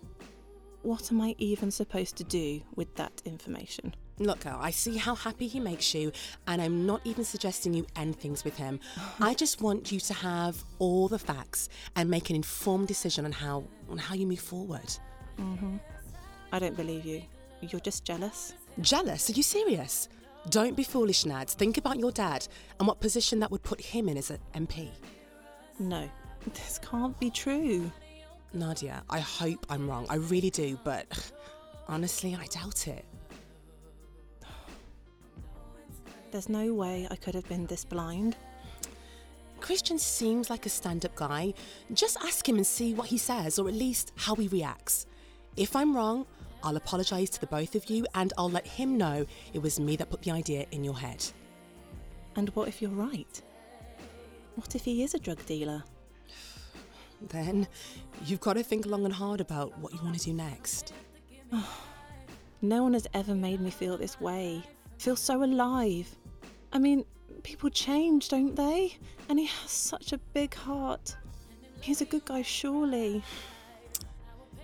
S7: What am I even supposed to do with that information?
S8: Look, girl, I see how happy he makes you, and I'm not even suggesting you end things with him. I just want you to have all the facts and make an informed decision on how on how you move forward.
S7: hmm I don't believe you. You're just jealous.
S8: Jealous? Are you serious? Don't be foolish, Nad. Think about your dad and what position that would put him in as an MP.
S7: No, this can't be true.
S8: Nadia, I hope I'm wrong. I really do, but honestly, I doubt it.
S7: There's no way I could have been this blind.
S8: Christian seems like a stand up guy. Just ask him and see what he says, or at least how he reacts. If I'm wrong, I'll apologise to the both of you and I'll let him know it was me that put the idea in your head.
S7: And what if you're right? What if he is a drug dealer?
S8: [SIGHS] Then you've got to think long and hard about what you want to do next.
S7: No one has ever made me feel this way. Feel so alive. I mean, people change, don't they? And he has such a big heart. He's a good guy, surely.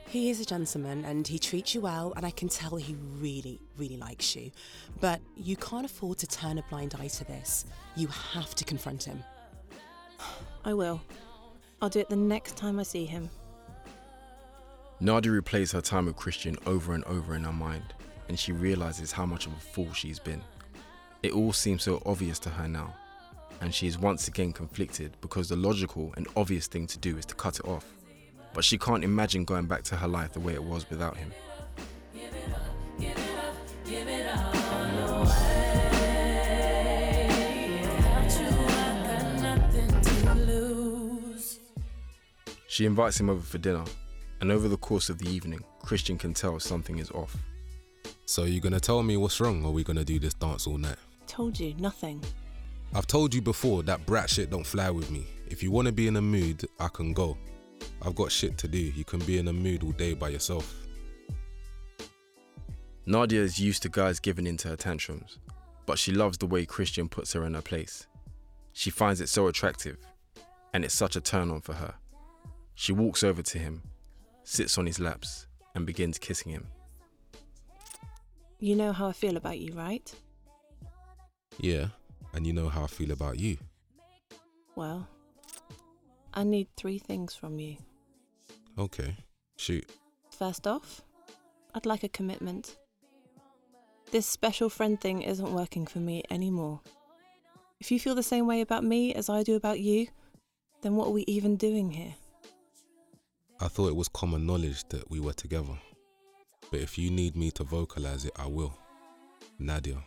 S8: He is a gentleman and he treats you well, and I can tell he really, really likes you. But you can't afford to turn a blind eye to this. You have to confront him.
S7: I will. I'll do it the next time I see him.
S1: Nadia replays her time with Christian over and over in her mind, and she realizes how much of a fool she's been. It all seems so obvious to her now, and she is once again conflicted because the logical and obvious thing to do is to cut it off. But she can't imagine going back to her life the way it was without him. She invites him over for dinner, and over the course of the evening, Christian can tell something is off.
S3: So you gonna tell me what's wrong, or we gonna do this dance all night?
S7: Told you, nothing.
S3: I've told you before that brat shit don't fly with me. If you wanna be in a mood, I can go. I've got shit to do. You can be in a mood all day by yourself.
S1: Nadia is used to guys giving in to her tantrums, but she loves the way Christian puts her in her place. She finds it so attractive, and it's such a turn on for her. She walks over to him, sits on his laps, and begins kissing him.
S7: You know how I feel about you, right?
S3: Yeah, and you know how I feel about you.
S7: Well, I need three things from you.
S3: Okay, shoot.
S7: First off, I'd like a commitment. This special friend thing isn't working for me anymore. If you feel the same way about me as I do about you, then what are we even doing here?
S3: I thought it was common knowledge that we were together. But if you need me to vocalize it, I will. Nadia,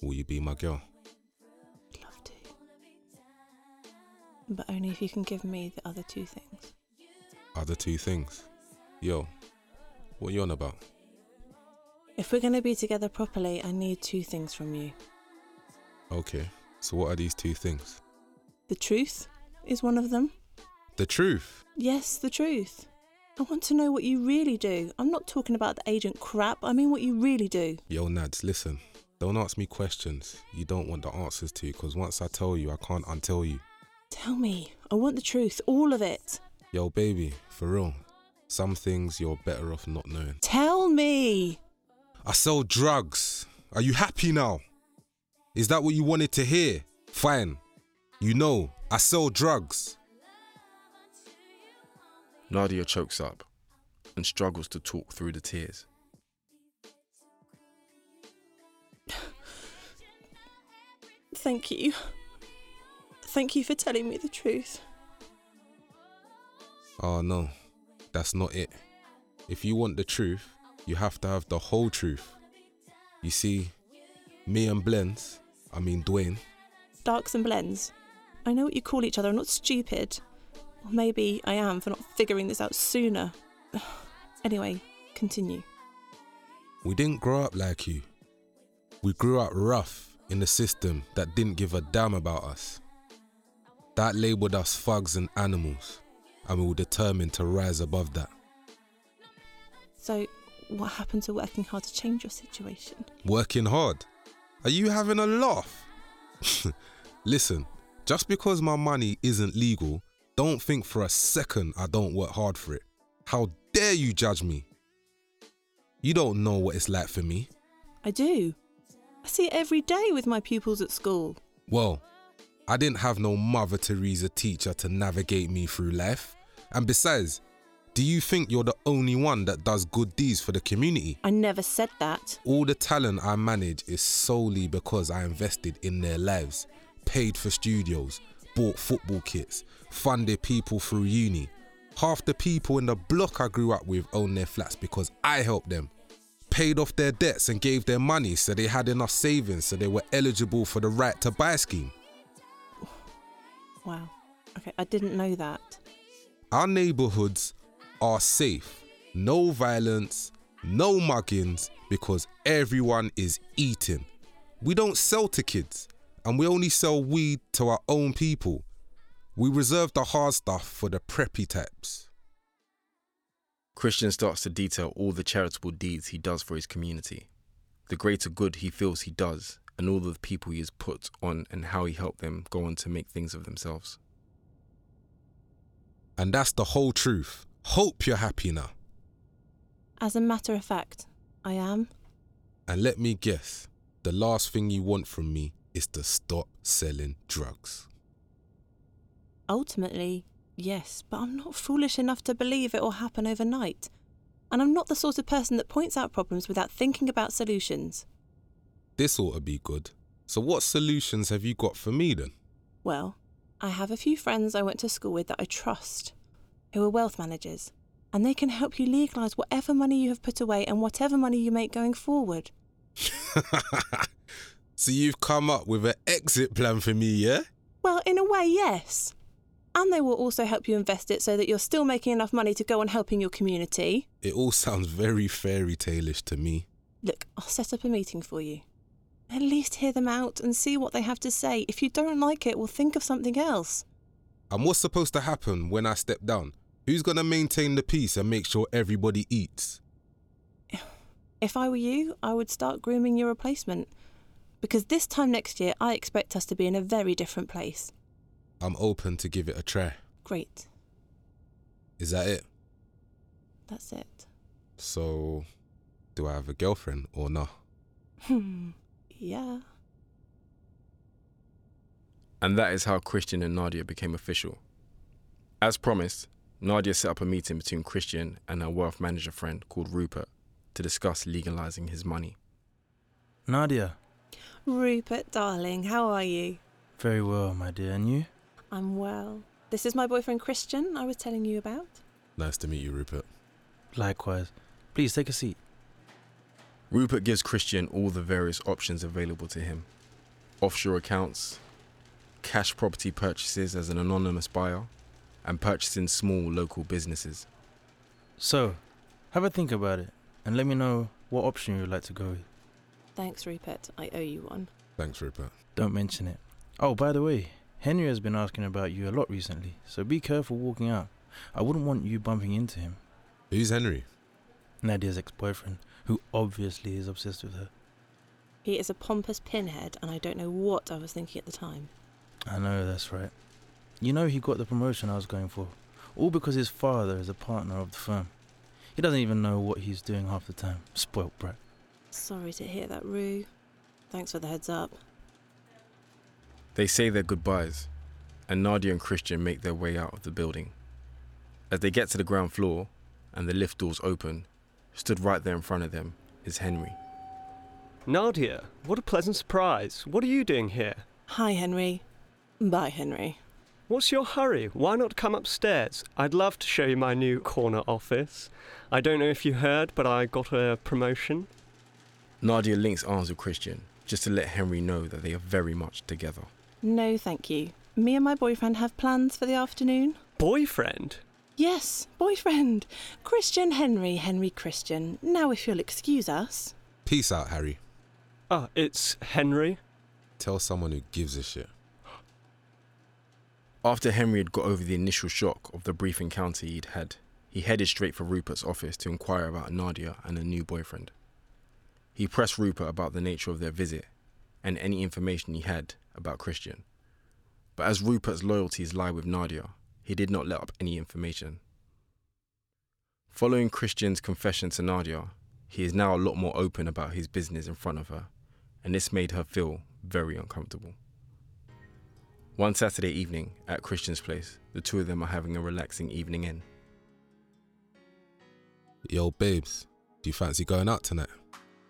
S3: will you be my girl?
S7: Love to. But only if you can give me the other two things.
S3: Other two things. Yo, what you on about?
S7: If we're going to be together properly, I need two things from you.
S3: Okay, so what are these two things?
S7: The truth is one of them.
S3: The truth.
S7: Yes, the truth. I want to know what you really do. I'm not talking about the agent crap, I mean what you really do.
S3: Yo, Nads, listen. Don't ask me questions you don't want the answers to, because once I tell you, I can't untell you.
S7: Tell me. I want the truth, all of it.
S3: Yo, baby, for real. Some things you're better off not knowing.
S7: Tell me.
S3: I sell drugs. Are you happy now? Is that what you wanted to hear? Fine. You know, I sell drugs.
S1: Nadia chokes up and struggles to talk through the tears.
S7: Thank you. Thank you for telling me the truth.
S3: Oh no, that's not it. If you want the truth, you have to have the whole truth. You see, me and Blends, I mean Dwayne,
S7: Darks and blends. I know what you call each other. I'm not stupid. Or maybe I am for not figuring this out sooner. [SIGHS] anyway, continue.
S3: we didn't grow up like you. We grew up rough in the system that didn't give a damn about us. That labeled us thugs and animals, and we were determined to rise above that.
S7: So, what happened to working hard to change your situation?
S3: Working hard. Are you having a laugh? [LAUGHS] Listen, just because my money isn't legal, don't think for a second I don't work hard for it. How dare you judge me? You don't know what it's like for me.
S7: I do. I see it every day with my pupils at school.
S3: Well, I didn't have no Mother Teresa teacher to navigate me through life. And besides, do you think you're the only one that does good deeds for the community?
S7: I never said that.
S3: All the talent I manage is solely because I invested in their lives, paid for studios, bought football kits, funded people through uni. Half the people in the block I grew up with own their flats because I helped them. Paid off their debts and gave their money so they had enough savings so they were eligible for the right to buy scheme.
S7: Wow. Okay, I didn't know that.
S3: Our neighborhoods are safe. No violence, no muggings, because everyone is eating. We don't sell to kids, and we only sell weed to our own people. We reserve the hard stuff for the preppy types.
S1: Christian starts to detail all the charitable deeds he does for his community, the greater good he feels he does, and all the people he has put on and how he helped them go on to make things of themselves.
S3: And that's the whole truth. Hope you're happy now.
S7: As a matter of fact, I am.
S3: And let me guess, the last thing you want from me is to stop selling drugs.
S7: Ultimately, yes, but I'm not foolish enough to believe it will happen overnight. And I'm not the sort of person that points out problems without thinking about solutions.
S3: This ought to be good. So, what solutions have you got for me then?
S7: Well, I have a few friends I went to school with that I trust, who are wealth managers, and they can help you legalise whatever money you have put away and whatever money you make going forward.
S3: So you've come up with an exit plan for me, yeah?
S7: Well, in a way, yes. And they will also help you invest it so that you're still making enough money to go on helping your community.
S3: It all [LAUGHS] sounds very fairy tale-ish to me.
S7: Look, I'll set up a meeting for you. At least hear them out and see what they have to say. If you don't like it, we'll think of something else.
S3: And what's supposed to happen when I step down? Who's gonna maintain the peace and make sure everybody eats?
S7: If I were you, I would start grooming your replacement. Because this time next year, I expect us to be in a very different place.
S3: I'm open to give it a try.
S7: Great.
S3: Is that it?
S7: That's it.
S3: So, do I have a girlfriend or no?
S7: Hmm. yeah.
S1: And that is how Christian and Nadia became official. As promised, Nadia set up a meeting between Christian and her wealth manager friend called Rupert to discuss legalizing his money.
S10: Nadia,
S7: Rupert, darling, how are you?
S10: very well, my dear, and you?
S7: I'm well. This is my boyfriend Christian I was telling you about.
S3: Nice to meet you, Rupert.
S10: Likewise. Please take a seat.
S1: Rupert gives Christian all the various options available to him offshore accounts, cash property purchases as an anonymous buyer, and purchasing small local businesses.
S10: So, have a think about it and let me know what option you'd like to go with.
S7: Thanks, Rupert. I owe you one.
S3: Thanks, Rupert.
S10: Don't mention it. Oh, by the way, Henry has been asking about you a lot recently, so be careful walking out. I wouldn't want you bumping into him.
S3: Who's Henry?
S10: Nadia's ex boyfriend, who obviously is obsessed with her.
S7: He is a pompous pinhead, and I don't know what I was thinking at the time.
S10: I know, that's right. You know, he got the promotion I was going for, all because his father is a partner of the firm. He doesn't even know what he's doing half the time. Spoilt brat.
S7: Sorry to hear that, Rue. Thanks for the heads up.
S1: They say their goodbyes, and Nadia and Christian make their way out of the building. As they get to the ground floor and the lift doors open, stood right there in front of them is Henry.
S11: Nadia, what a pleasant surprise. What are you doing here?
S7: Hi, Henry. Bye, Henry.
S11: What's your hurry? Why not come upstairs? I'd love to show you my new corner office. I don't know if you heard, but I got a promotion.
S1: Nadia links arms with Christian just to let Henry know that they are very much together.
S7: No, thank you. Me and my boyfriend have plans for the afternoon.
S11: Boyfriend?
S7: Yes, boyfriend. Christian Henry, Henry Christian. Now, if you'll excuse us.
S3: Peace out, Harry.
S11: Ah, it's Henry.
S3: Tell someone who gives a shit.
S1: After Henry had got over the initial shock of the brief encounter he'd had, he headed straight for Rupert's office to inquire about Nadia and her new boyfriend. He pressed Rupert about the nature of their visit and any information he had about Christian. But as Rupert's loyalties lie with Nadia, he did not let up any information. Following Christian's confession to Nadia, he is now a lot more open about his business in front of her, and this made her feel very uncomfortable. One Saturday evening at Christian's place, the two of them are having a relaxing evening in.
S3: Yo, babes, do you fancy going out tonight?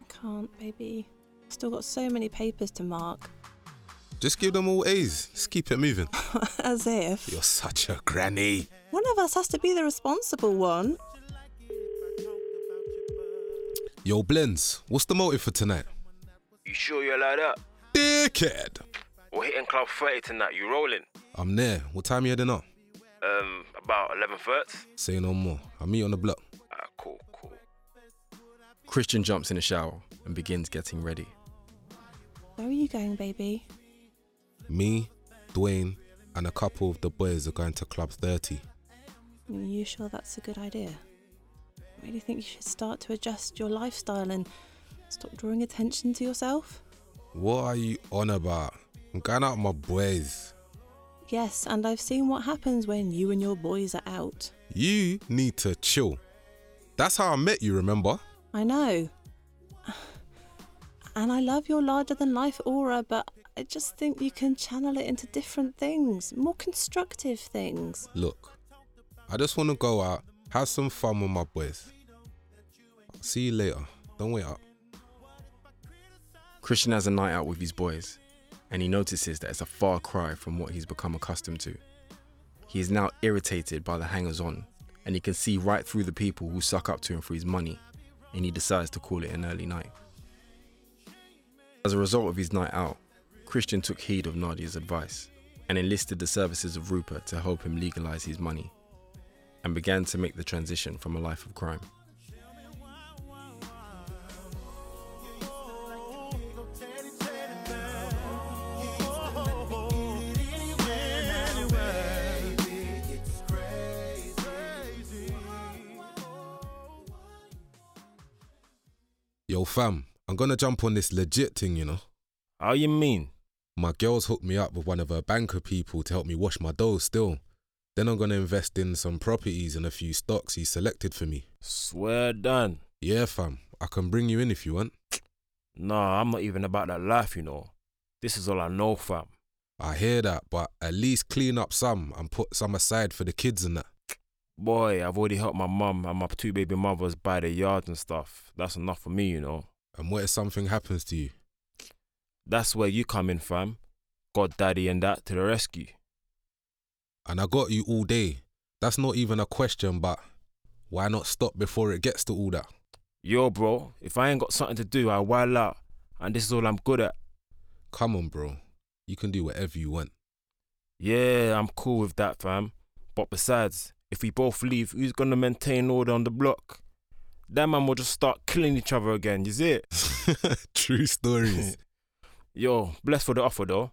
S7: Can't, baby. Still got so many papers to mark. [LAUGHS]
S3: Just give them all A's. Just keep it
S11: [LAUGHS]
S3: moving.
S7: As if.
S3: You're such a granny.
S7: One of us has to be the responsible one.
S3: Yo, Blends, what's the motive for tonight?
S1: You sure you're like that?
S3: Dickhead!
S1: We're hitting Club 30 tonight, you rolling?
S3: I'm there. What time you heading up?
S1: Um, about 11.30?
S3: Say no more. I'll meet you on the block.
S1: Ah, cool, cool. Christian jumps in the shower and begins getting ready.
S7: Where are you going, baby?
S3: Me, Dwayne, and a couple of the boys are going to Club 30.
S7: Are you sure that's a good idea? I really think you should start to adjust your lifestyle and stop drawing attention to yourself.
S3: What are you on about? I'm going out with my boys.
S7: Yes, and I've seen what happens when you and your boys are out.
S3: You need to chill. That's how I met you, remember?
S7: I know. [SIGHS] And I love your larger than life aura, but I just think you can channel it into different things, more constructive things.
S3: Look, I just want to go out, have some fun with my boys. See you later. Don't wait up.
S1: Christian has a night out with his boys, and he notices that it's a far cry from what he's become accustomed to. He is now irritated by the hangers on, and he can see right through the people who suck up to him for his money, and he decides to call it an early night. As a result of his night out, Christian took heed of Nadia's advice and enlisted the services of Rupert to help him legalize his money and began to make the transition from a life of crime.
S3: Yo, fam, I'm gonna jump on this legit thing, you know.
S4: How you mean?
S3: My girls hooked me up with one of her banker people to help me wash my dough still. Then I'm gonna invest in some properties and a few stocks he selected for me.
S4: Swear done.
S3: Yeah, fam, I can bring you in if you want.
S4: Nah, I'm not even about that life, you know. This is all I know, fam.
S3: I hear that, but at least clean up some and put some aside for the kids and that.
S4: Boy, I've already helped my mum and my two baby mothers buy their yards and stuff. That's enough for me, you know.
S3: And what if something happens to you?
S4: That's where you come in, fam. God, daddy, and that to the rescue.
S3: And I got you all day. That's not even a question, but why not stop before it gets to all that? [LAUGHS]
S4: Yo, bro, if I ain't got something to do, I wild out. And this is all I'm good at.
S3: Come on, bro. You can do whatever you want.
S4: Yeah, I'm cool with that, fam. But besides, if we both leave, who's gonna maintain order on the block? That man will just start killing each other again, you see
S3: [LAUGHS]
S4: it? [LAUGHS]
S3: True stories.
S4: Yo, bless for the offer though.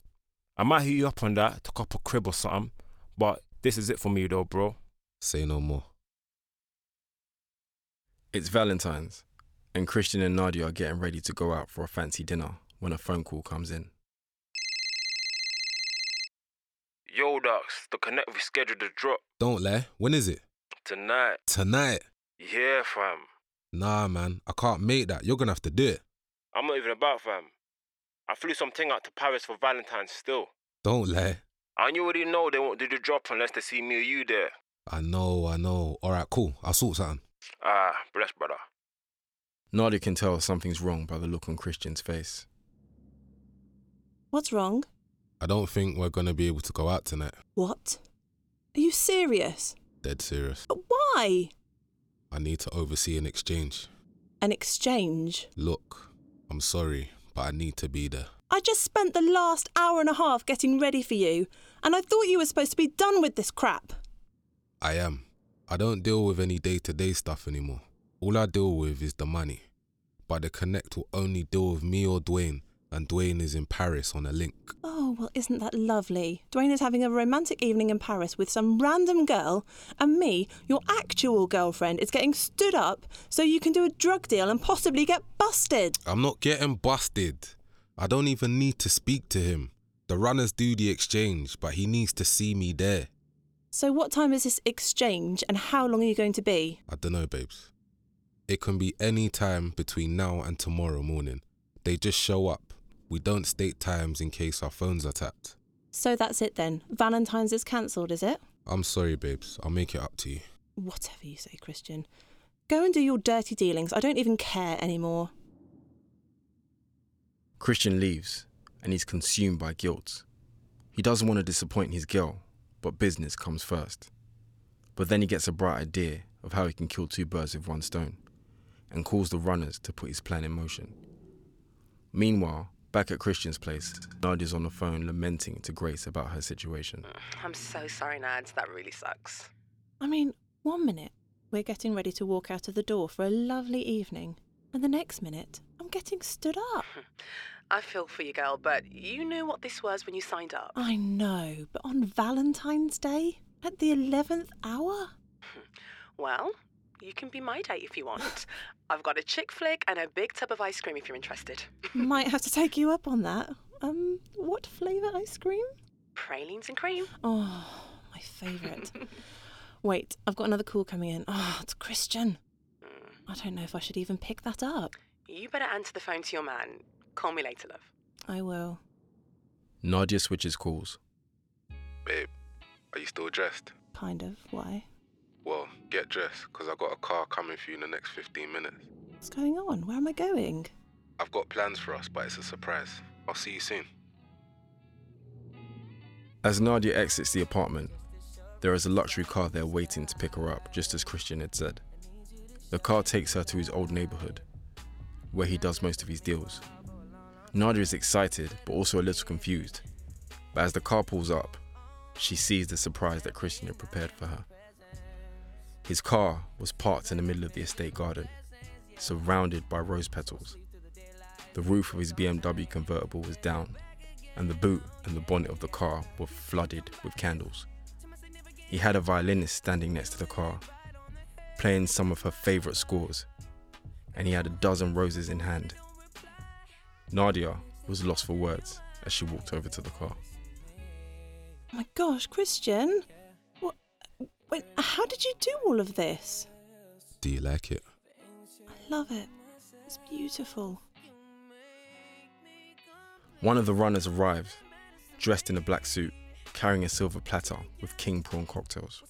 S4: I might hit you up on that, took up a crib or something. But this is it for me though, bro.
S3: Say no more.
S1: It's Valentine's, and Christian and Nadia are getting ready to go out for a fancy dinner when a phone call comes in.
S4: Yo, Ducks, the connect we scheduled to drop
S3: Don't lie. When is it?
S4: tonight.
S3: Tonight.
S4: Yeah, fam.
S3: Nah, man, I can't make that. You're gonna have to do it.
S4: I'm not even about, fam. I flew something out to Paris for Valentine's still.
S3: Don't lie.
S4: And you already know they won't do the drop unless they see me or you there.
S3: I know, I know. All right, cool. I'll sort something.
S4: Ah, bless, brother.
S1: Nadia can tell something's wrong by the look on Christian's face.
S7: What's wrong?
S3: I don't think we're going to be able to go out tonight.
S7: What? Are you serious?
S3: Dead serious.
S7: But why?
S3: I need to oversee an exchange.
S7: An exchange.
S3: Look, I'm sorry, but I need to be there.
S7: I just spent the last hour and a half getting ready for you, and I thought you were supposed to be done with this crap.
S3: I am. I don't deal with any day to day stuff anymore. All I deal with is the money. But the Connect will only deal with me or Dwayne, and Dwayne is in Paris on a link.
S7: Oh, well, isn't that lovely? Dwayne is having a romantic evening in Paris with some random girl, and me, your actual girlfriend, is getting stood up so you can do a drug deal and possibly get busted.
S3: I'm not getting busted. I don't even need to speak to him. The runners do the exchange, but he needs to see me there.
S7: So, what time is this exchange, and how long are you going to be?
S3: I don't know, babes. It can be any time between now and tomorrow morning. They just show up. We don't state times in case our phones are tapped.
S7: So, that's it then. Valentine's is cancelled, is it?
S3: I'm sorry, babes. I'll make it up to you.
S7: Whatever you say, Christian. Go and do your dirty dealings. I don't even care anymore.
S1: Christian leaves, and he's consumed by guilt. He doesn't want to disappoint his girl, but business comes first. But then he gets a bright idea of how he can kill two birds with one stone, and calls the runners to put his plan in motion. Meanwhile, back at Christian's place, Nadia's on the phone lamenting to Grace about her situation.
S8: I'm so sorry, Nads. That really sucks.
S7: I mean, one minute we're getting ready to walk out of the door for a lovely evening, and the next minute I'm getting stood up.
S8: [LAUGHS] I feel for you, girl, but you knew what this was when you signed up.
S7: I know, but on Valentine's Day at the 11th hour?
S8: Well, you can be my date if you
S7: [LAUGHS]
S8: want. I've got a chick flick and a big tub of ice cream if you're interested.
S7: Might have to take you up on that. Um, what flavour ice cream?
S8: Pralines and cream.
S7: Oh, my favourite. Wait, I've got another call coming in. Oh, it's Christian. I don't know if I should even pick that up.
S8: You better answer the phone to your man. Call me later, love.
S7: I will.
S1: Nadia switches calls.
S3: Babe, are you still dressed?
S7: Kind of. Why?
S3: Well, get dressed, because I've got a car coming for you in the next 15 minutes.
S7: What's going on? Where am I going?
S3: I've got plans for us, but it's a surprise. I'll see you soon.
S1: As Nadia exits the apartment, there is a luxury car there waiting to pick her up, just as Christian had said. The car takes her to his old neighborhood, where he does most of his deals. Nadia is excited, but also a little confused. But as the car pulls up, she sees the surprise that Christian had prepared for her. His car was parked in the middle of the estate garden, surrounded by rose petals. The roof of his BMW convertible was down, and the boot and the bonnet of the car were flooded with candles. He had a violinist standing next to the car, playing some of her favourite scores, and he had a dozen roses in hand. Nadia was lost for words as she walked over to the car.
S7: Oh my gosh, Christian. What? Wait, how did you do all of this?
S3: Do you like it?
S7: I love it. It's beautiful.
S1: One of the runners arrived, dressed in a black suit, carrying a silver platter with king prawn cocktails.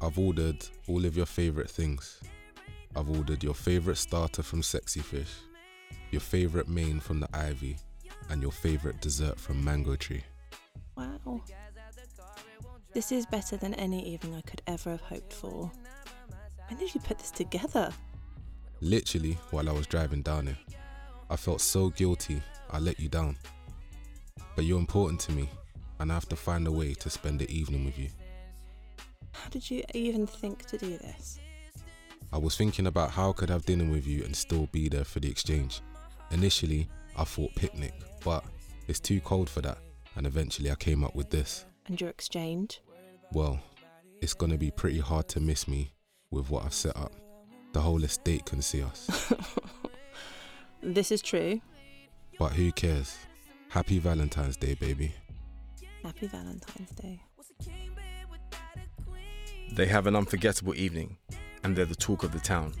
S3: I've ordered all of your favourite things. I've ordered your favourite starter from Sexy Fish, your favourite main from the Ivy, and your favourite dessert from Mango Tree.
S7: Wow. This is better than any evening I could ever have hoped for. When did you put this together?
S3: Literally, while I was driving down here, I felt so guilty I let you down. But you're important to me, and I have to find a way to spend the evening with you.
S7: How did you even think to do this?
S3: I was thinking about how I could have dinner with you and still be there for the exchange. Initially, I thought picnic, but it's too cold for that, and eventually I came up with this.
S7: And your exchange?
S3: Well, it's gonna be pretty hard to miss me with what I've set up. The whole estate can see us,
S7: This is true.
S3: but who cares? Happy Valentine's Day, baby.
S7: Happy Valentine's Day.
S1: They have an unforgettable evening, and they're the talk of the town.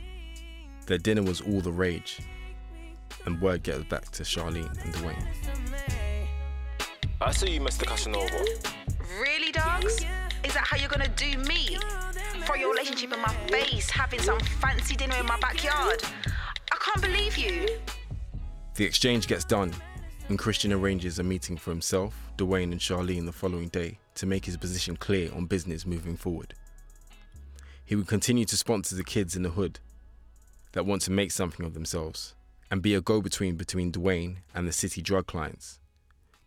S1: Their dinner was all the rage, and word gets back to Charlene and Dwayne.
S4: I see you, Mr. Casanova.
S12: Really, dogs? Is that how you're gonna do me? Throw your relationship in my face, having some fancy dinner in my backyard? I can't believe you.
S1: The exchange gets done, and Christian arranges a meeting for himself, Dwayne, and Charlene the following day to make his position clear on business moving forward. He would continue to sponsor the kids in the hood that want to make something of themselves and be a go between between Dwayne and the city drug clients,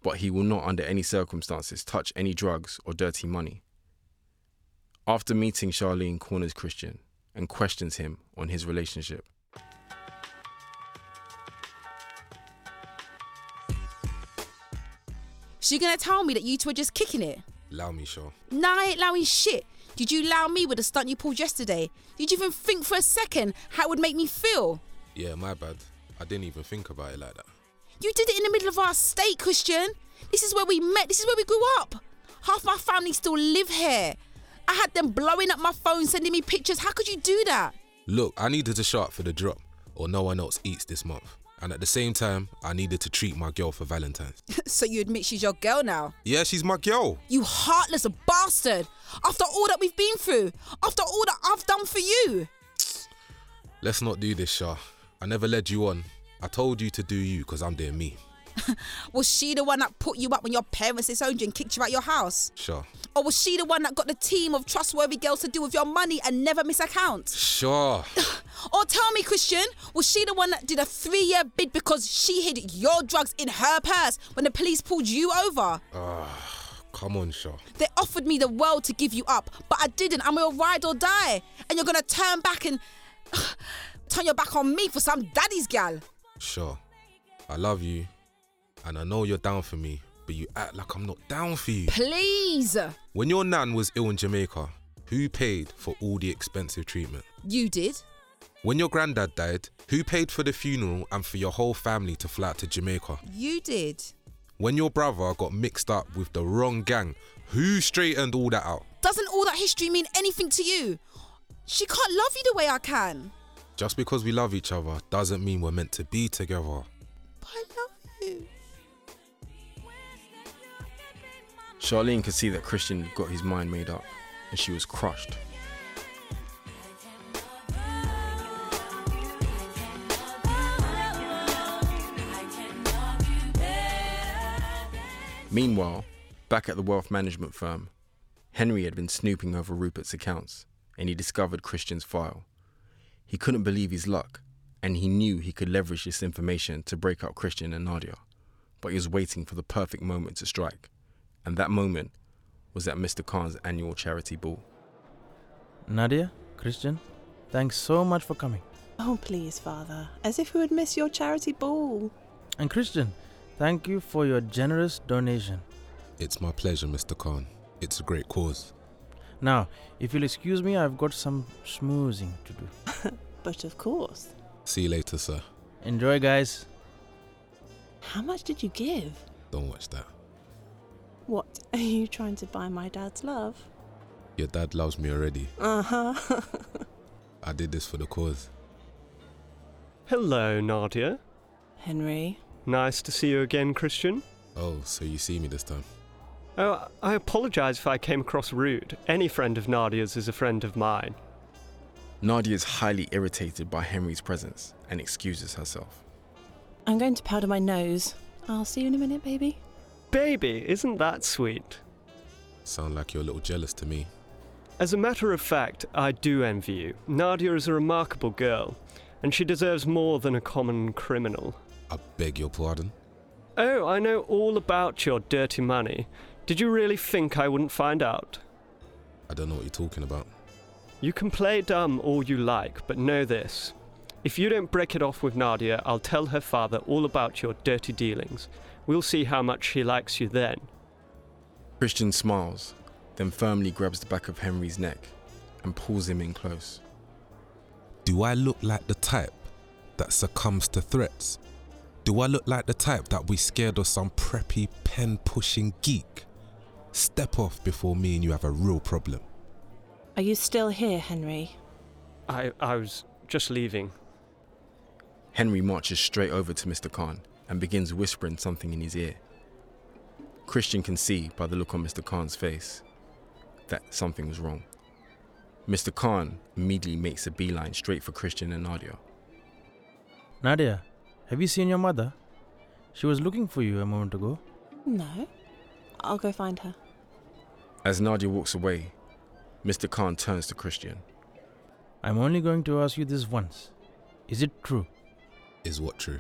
S1: but he will not, under any circumstances, touch any drugs or dirty money. After meeting, Charlene corners Christian and questions him on his relationship.
S2: She gonna tell me that you two are just kicking it?
S3: Allow me, Shaw.
S2: Nah, I ain't allowing shit. Did you allow me with the stunt you pulled yesterday? Did you even think for a second how it would make me feel?
S3: Yeah, my bad. I didn't even think about it like that.
S2: You did it in the middle of our state, Christian. This is where we met. This is where we grew up. Half my family still live here. I had them blowing up my phone, sending me pictures. How could you do that? [LAUGHS]
S3: Look, I needed to sharp for the drop, or no one else eats this month. And at the same time, I needed to treat my girl for Valentine's.
S2: so you admit she's your girl now?
S3: Yeah, she's my girl.
S2: You heartless bastard! After all that we've been through, after all that I've done for you.
S3: Let's not do this, Shah. I never led you on. I told you to do you because I'm doing me.
S2: Was she the one that put you up when your parents disowned you and kicked you out your house?
S3: Shah.
S2: Or was she the one that got the team of trustworthy girls to deal with your money and never miss a count?
S3: Shah.
S2: Or tell me, Christian, was she the one that did a three year bid because she hid your drugs in her purse when the police pulled you over?
S3: Ah, come on, Shah.
S2: They offered me the world to give you up, but I didn't. I'm your ride or die. And you're gonna turn back and [SIGHS] turn your back on me for some daddy's gal.
S3: Sure. I love you, and I know you're down for me, but you act like I'm not down for you.
S2: Please.
S3: When your nan was ill in Jamaica, who paid for all the expensive treatment?
S2: You did.
S3: When your granddad died, who paid for the funeral and for your whole family to fly out to Jamaica?
S2: You did.
S3: When your brother got mixed up with the wrong gang, who straightened all that out?
S2: Doesn't all that history mean anything to you? She can't love you the way I can.
S3: Just because we love each other doesn't mean we're meant to be together.
S2: I love you.
S1: Charlene could see that Christian got his mind made up, and she was crushed. Meanwhile, back at the wealth management firm, Henry had been snooping over Rupert's accounts, and he discovered Christian's file. He couldn't believe his luck, and he knew he could leverage this information to break up Christian and Nadia, but he was waiting for the perfect moment to strike and that moment was at Mr. Khan's annual charity ball.
S10: Nadia, Christian, thanks so much for coming.
S7: Oh, please, Father. As if we would miss your charity ball.
S10: And Christian, thank you for your generous donation.
S3: It's my pleasure, Mr. Khan. It's a great cause.
S10: Now, if you'll excuse me, I've got some schmoozing to do.
S7: But of course.
S3: See you later, sir.
S10: Enjoy, guys.
S7: How much did you give?
S3: Don't watch that.
S7: What? Are you trying to buy my dad's love?
S3: Your dad loves me already.
S7: Uh [LAUGHS] huh.
S3: I did this for the cause.
S11: Hello, Nadia.
S7: Henry.
S11: Nice to see you again, Christian.
S3: Oh, so you see me this time.
S11: Oh, I apologise if I came across rude. Any friend of Nadia's is a friend of mine.
S1: Nadia is highly irritated by Henry's presence and excuses herself.
S7: I'm going to powder my nose. I'll see you in a minute, baby.
S11: Baby, isn't that sweet?
S3: Sound like you're a little jealous to me.
S11: As a matter of fact, I do envy you. Nadia is a remarkable girl, and she deserves more than a common criminal.
S3: I beg your pardon.
S11: Oh, I know all about your dirty money. Did you really think I wouldn't find out?
S3: I don't know what you're talking about.
S11: You can play dumb all you like, but know this. If you don't break it off with Nadia, I'll tell her father all about your dirty dealings. We'll see how much she likes you then.
S1: Christian smiles, then firmly grabs the back of Henry's neck and pulls him in close.
S3: Do I look like the type that succumbs to threats? Do I look like the type that we scared of some preppy pen pushing geek? Step off before me and you have a real problem.
S7: Are you still here, Henry?
S11: I, I was just leaving.
S1: Henry marches straight over to Mr. Khan and begins whispering something in his ear. Christian can see by the look on Mr. Khan's face that something was wrong. Mr. Khan immediately makes a beeline straight for Christian and Nadia.
S10: Nadia, have you seen your mother? She was looking for you a moment ago.
S7: No. I'll go find her.
S1: As Nadia walks away, Mr. Khan turns to Christian.
S10: I'm only going to ask you this once. Is it true?
S3: Is what true?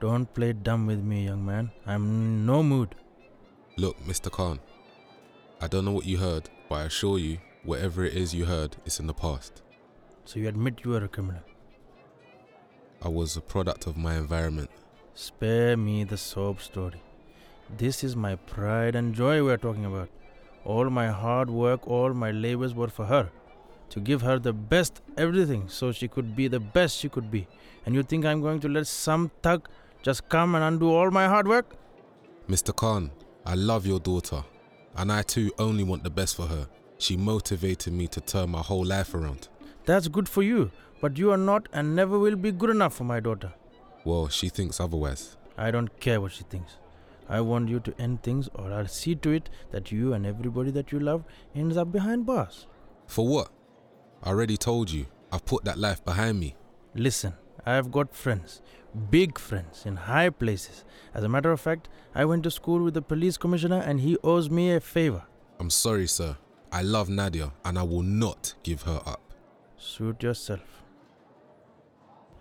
S10: Don't play dumb with me, young man. I'm in no mood.
S3: Look, Mr. Khan, I don't know what you heard, but I assure you, whatever it is you heard, it's in the past.
S10: So you admit you are a criminal.
S3: I was a product of my environment.
S10: Spare me the sob story. This is my pride and joy we're talking about. All my hard work, all my labors were for her. To give her the best everything so she could be the best she could be. And you think I'm going to let some thug just come and undo all my hard work?
S3: Mr. Khan, I love your daughter, and I too only want the best for her. She motivated me to turn my whole life around.
S10: That's good for you, but you are not and never will be good enough for my daughter.
S3: Well, she thinks otherwise.
S10: I don't care what she thinks. I want you to end things, or I'll see to it that you and everybody that you love ends up behind bars.
S3: For what? I already told you, I've put that life behind me.
S10: Listen, I've got friends, big friends in high places. As a matter of fact, I went to school with the police commissioner and he owes me a favor.
S3: I'm sorry, sir. I love Nadia and I will not give her up.
S10: Suit yourself.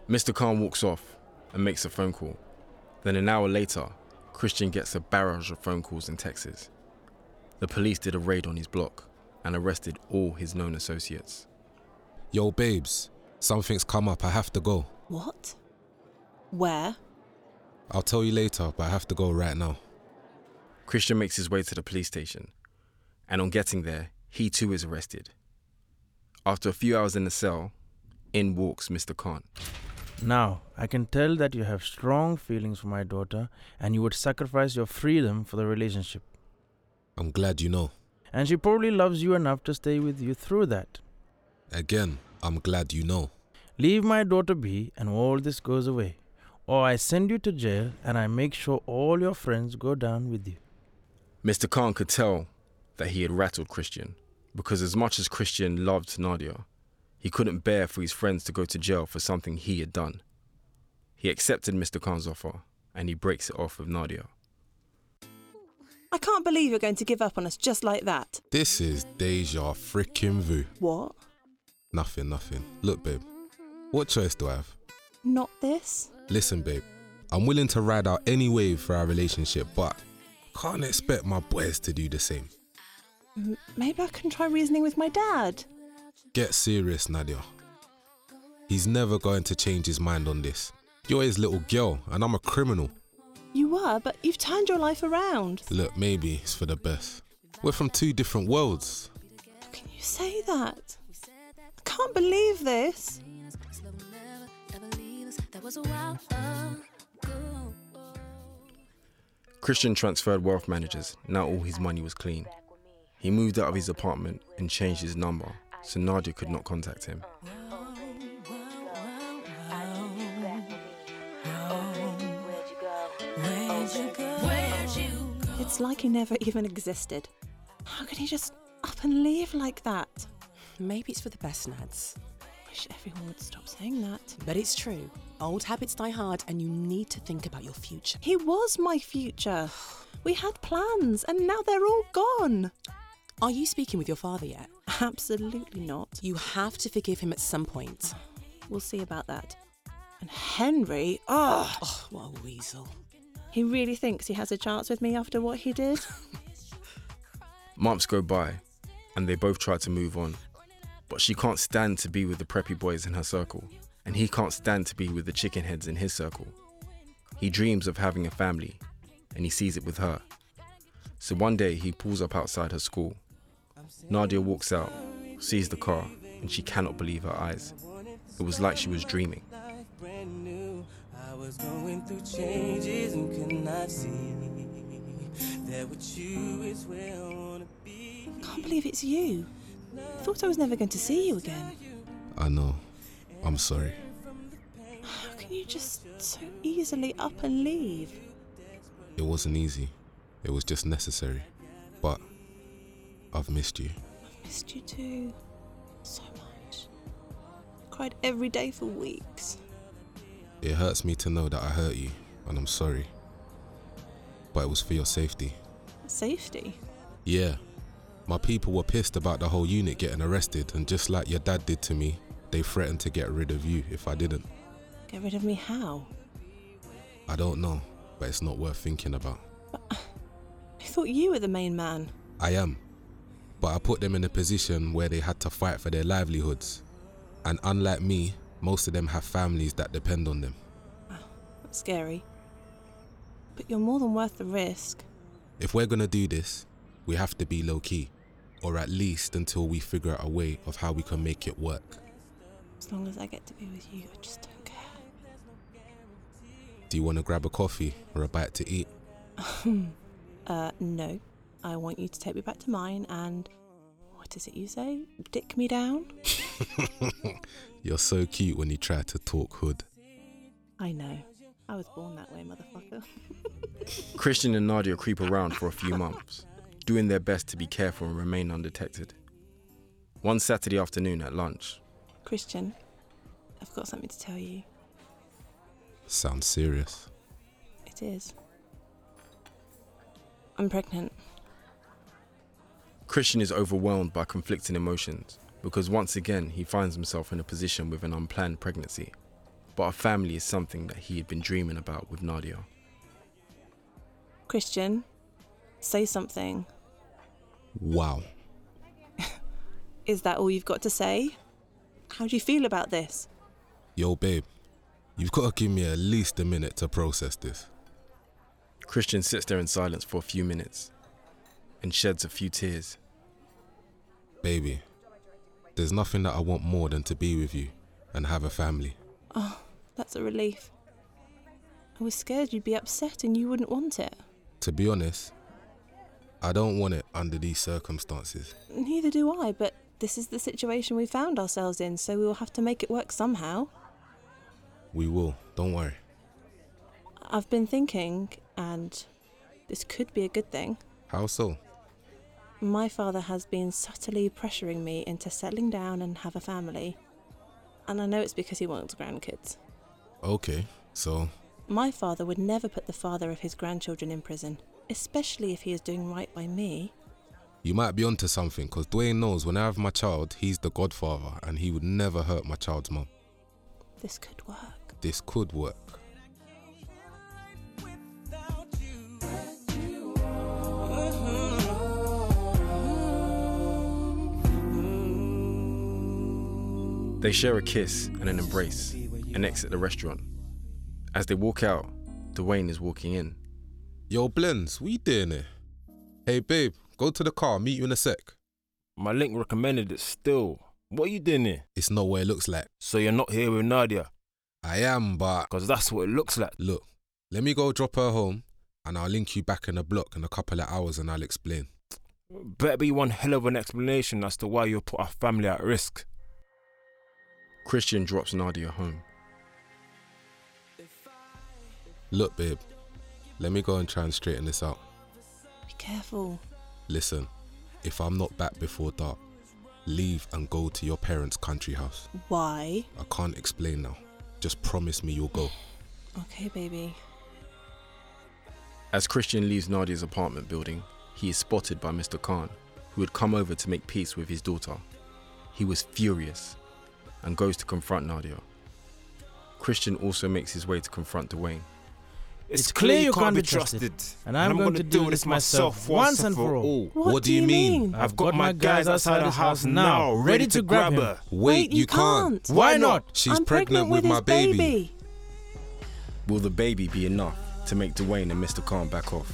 S1: Mr. Khan walks off and makes a phone call. Then, an hour later, Christian gets a barrage of phone calls in Texas. The police did a raid on his block and arrested all his known associates.
S3: Yo, babes, something's come up. I have to go.
S7: What? Where?
S3: I'll tell you later, but I have to go right now.
S1: Christian makes his way to the police station, and on getting there, he too is arrested. After a few hours in the cell, in walks Mr. Khan.
S10: Now, I can tell that you have strong feelings for my daughter and you would sacrifice your freedom for the relationship.
S3: I'm glad you know.
S10: And she probably loves you enough to stay with you through that.
S3: Again, I'm glad you know.
S10: Leave my daughter be and all this goes away. Or I send you to jail and I make sure all your friends go down with you.
S1: Mr. Khan could tell that he had rattled Christian, because as much as Christian loved Nadia, he couldn't bear for his friends to go to jail for something he had done. He accepted Mr. Khan's offer and he breaks it off with Nadia.
S7: I can't believe you're going to give up on us just like that.
S3: This is deja freaking vu.
S7: What?
S3: Nothing, nothing. Look, babe, what choice do I have?
S7: Not this?
S3: Listen, babe, I'm willing to ride out any wave for our relationship, but can't expect my boys to do the same.
S7: M- maybe I can try reasoning with my dad.
S3: Get serious, Nadia. He's never going to change his mind on this. You're his little girl, and I'm a criminal.
S7: You were, but you've turned your life around.
S3: Look, maybe it's for the best. We're from two different worlds.
S7: How can you say that? I can't believe this.
S1: Christian transferred wealth managers, now all his money was clean. He moved out of his apartment and changed his number so Nadia could not contact him.
S5: Oh.
S7: It's like he never even existed. How could he just up and leave like that?
S8: Maybe it's for the best, Nads.
S7: Wish everyone would stop saying that.
S8: But it's true. Old habits die hard, and you need to think about your future.
S7: He was my future. We had plans, and now they're all gone.
S8: Are you speaking with your father yet?
S7: Absolutely not.
S8: You have to forgive him at some point.
S7: We'll see about that. And Henry, oh,
S8: Oh, what a weasel.
S7: he really thinks he has a chance with me after what he [LAUGHS] did.
S1: Months go by, and they both try to move on. But she can't stand to be with the preppy boys in her circle, and he can't stand to be with the chicken heads in his circle. He dreams of having a family, and he sees it with her. So one day he pulls up outside her school. Nadia walks out, sees the car, and she cannot believe her eyes. It was like she was dreaming.
S13: I was going through changes and could not see that with you is where I wanna be.
S7: Can't believe it's you. Thought I was never going to see you again.
S3: I know. I'm sorry.
S7: How can you just so easily up and leave?
S3: It wasn't easy. It was just necessary. But I've missed you.
S7: I've missed you too. So much. Cried every day for weeks.
S3: It hurts me to know that I hurt you, and I'm sorry. but it was for your safety.
S7: Safety.
S3: Yeah. My people were pissed about the whole unit getting arrested, and just like your dad did to me, they threatened to get rid of you if I didn't.
S7: Get rid of me how?
S3: I don't know, but it's not worth thinking about.
S7: I thought you were the main man.
S3: I am. But I put them in a position where they had to fight for their livelihoods. And unlike me, most of them have families that depend on them.
S7: That's scary. But you're more than worth the risk.
S3: If we're gonna do this, we have to be low key, or at least until we figure out a way of how we can make it work.
S7: As long as I get to be with you, I just don't care.
S3: Do you wanna grab a coffee or a bite to eat? [LAUGHS]
S7: [LAUGHS] uh, no. I want you to take me back to mine and. What is it you say? Dick me down?
S3: You're so cute when you try to talk hood.
S7: I know. I was born that way, motherfucker. [LAUGHS]
S1: Christian and Nadia creep around for a few months, doing their best to be careful and remain undetected. One Saturday afternoon at lunch,
S7: Christian, I've got something to tell you.
S3: Sounds serious.
S7: It is. I'm pregnant.
S1: Christian is overwhelmed by conflicting emotions because once again he finds himself in a position with an unplanned pregnancy. But a family is something that he had been dreaming about with Nadia.
S7: Christian, say something.
S3: Wow.
S7: Is that all you've got to say? How do you feel about this?
S3: Yo, babe, you've got to give me at least a minute to process this.
S1: Christian sits there in silence for a few minutes and sheds a few tears.
S3: Baby, there's nothing that I want more than to be with you and have a family.
S7: Oh, that's a relief. I was scared you'd be upset and you wouldn't want it.
S3: To be honest, I don't want it under these circumstances.
S7: Neither do I, but this is the situation we found ourselves in, so we will have to make it work somehow.
S3: We will, don't worry.
S7: I've been thinking, and this could be a good thing.
S3: How so?
S7: My father has been subtly pressuring me into settling down and have a family. And I know it's because he wants grandkids.
S3: Okay, so
S7: My father would never put the father of his grandchildren in prison, especially if he is doing right by me.
S3: you might be onto something because Dwayne knows when I have my child, he's the godfather and he would never hurt my child's mum.
S7: This could work.
S3: This could work.
S1: They share a kiss and an embrace and exit the restaurant. As they walk out, Dwayne is walking in.
S3: Yo, Blends, we doing it. Hey, babe, go to the car, meet you in a sec.
S4: My link recommended it still. What are you doing here?
S3: It's not what it looks like.
S4: So you're not here with Nadia?
S3: I am, but.
S4: Because that's what it looks like.
S3: Look, let me go drop her home and I'll link you back in a block in a couple of hours and I'll explain.
S4: Better be one hell of an explanation as to why you put our family at risk.
S1: Christian drops Nadia home.
S3: Look, babe, let me go and try and straighten this out.
S7: Be careful.
S3: Listen, if I'm not back before dark, leave and go to your parents' country house.
S7: Why?
S3: I can't explain now. Just promise me you'll go.
S7: Okay, baby.
S1: As Christian leaves Nadia's apartment building, he is spotted by Mr. Khan, who had come over to make peace with his daughter. He was furious and goes to confront Nadia. Christian also makes his way to confront Dwayne.
S4: It's, clear, you can't, be trusted.
S10: And I'm going to do this myself once and for all. What What do do you you mean? mean?
S4: I've got, my guys outside the house now, ready to grab her.
S3: Wait, you can't.
S10: Why not?
S3: She's pregnant, with, my baby.
S1: Will the baby be enough to make Dwayne and Mr. Khan back off?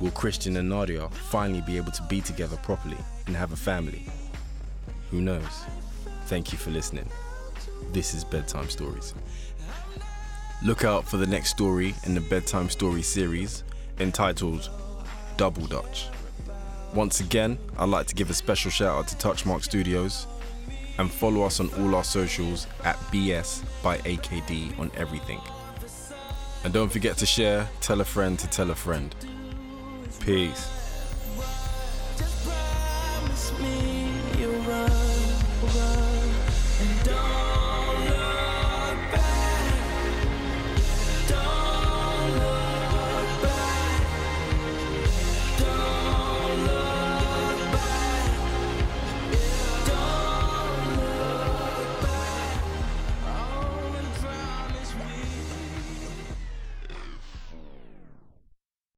S1: Will Christian and Nadia finally be able to be together properly and have a family? Who knows? Thank you for listening. This is Bedtime Stories. Look out for the next story in the Bedtime Story series entitled Double Dutch. Once again, I'd like to give a special shout out to Touchmark Studios and follow us on all our socials at BS by AKD on everything. And don't forget to share, tell a friend to tell a friend. Peace.
S5: Promise me. Oh,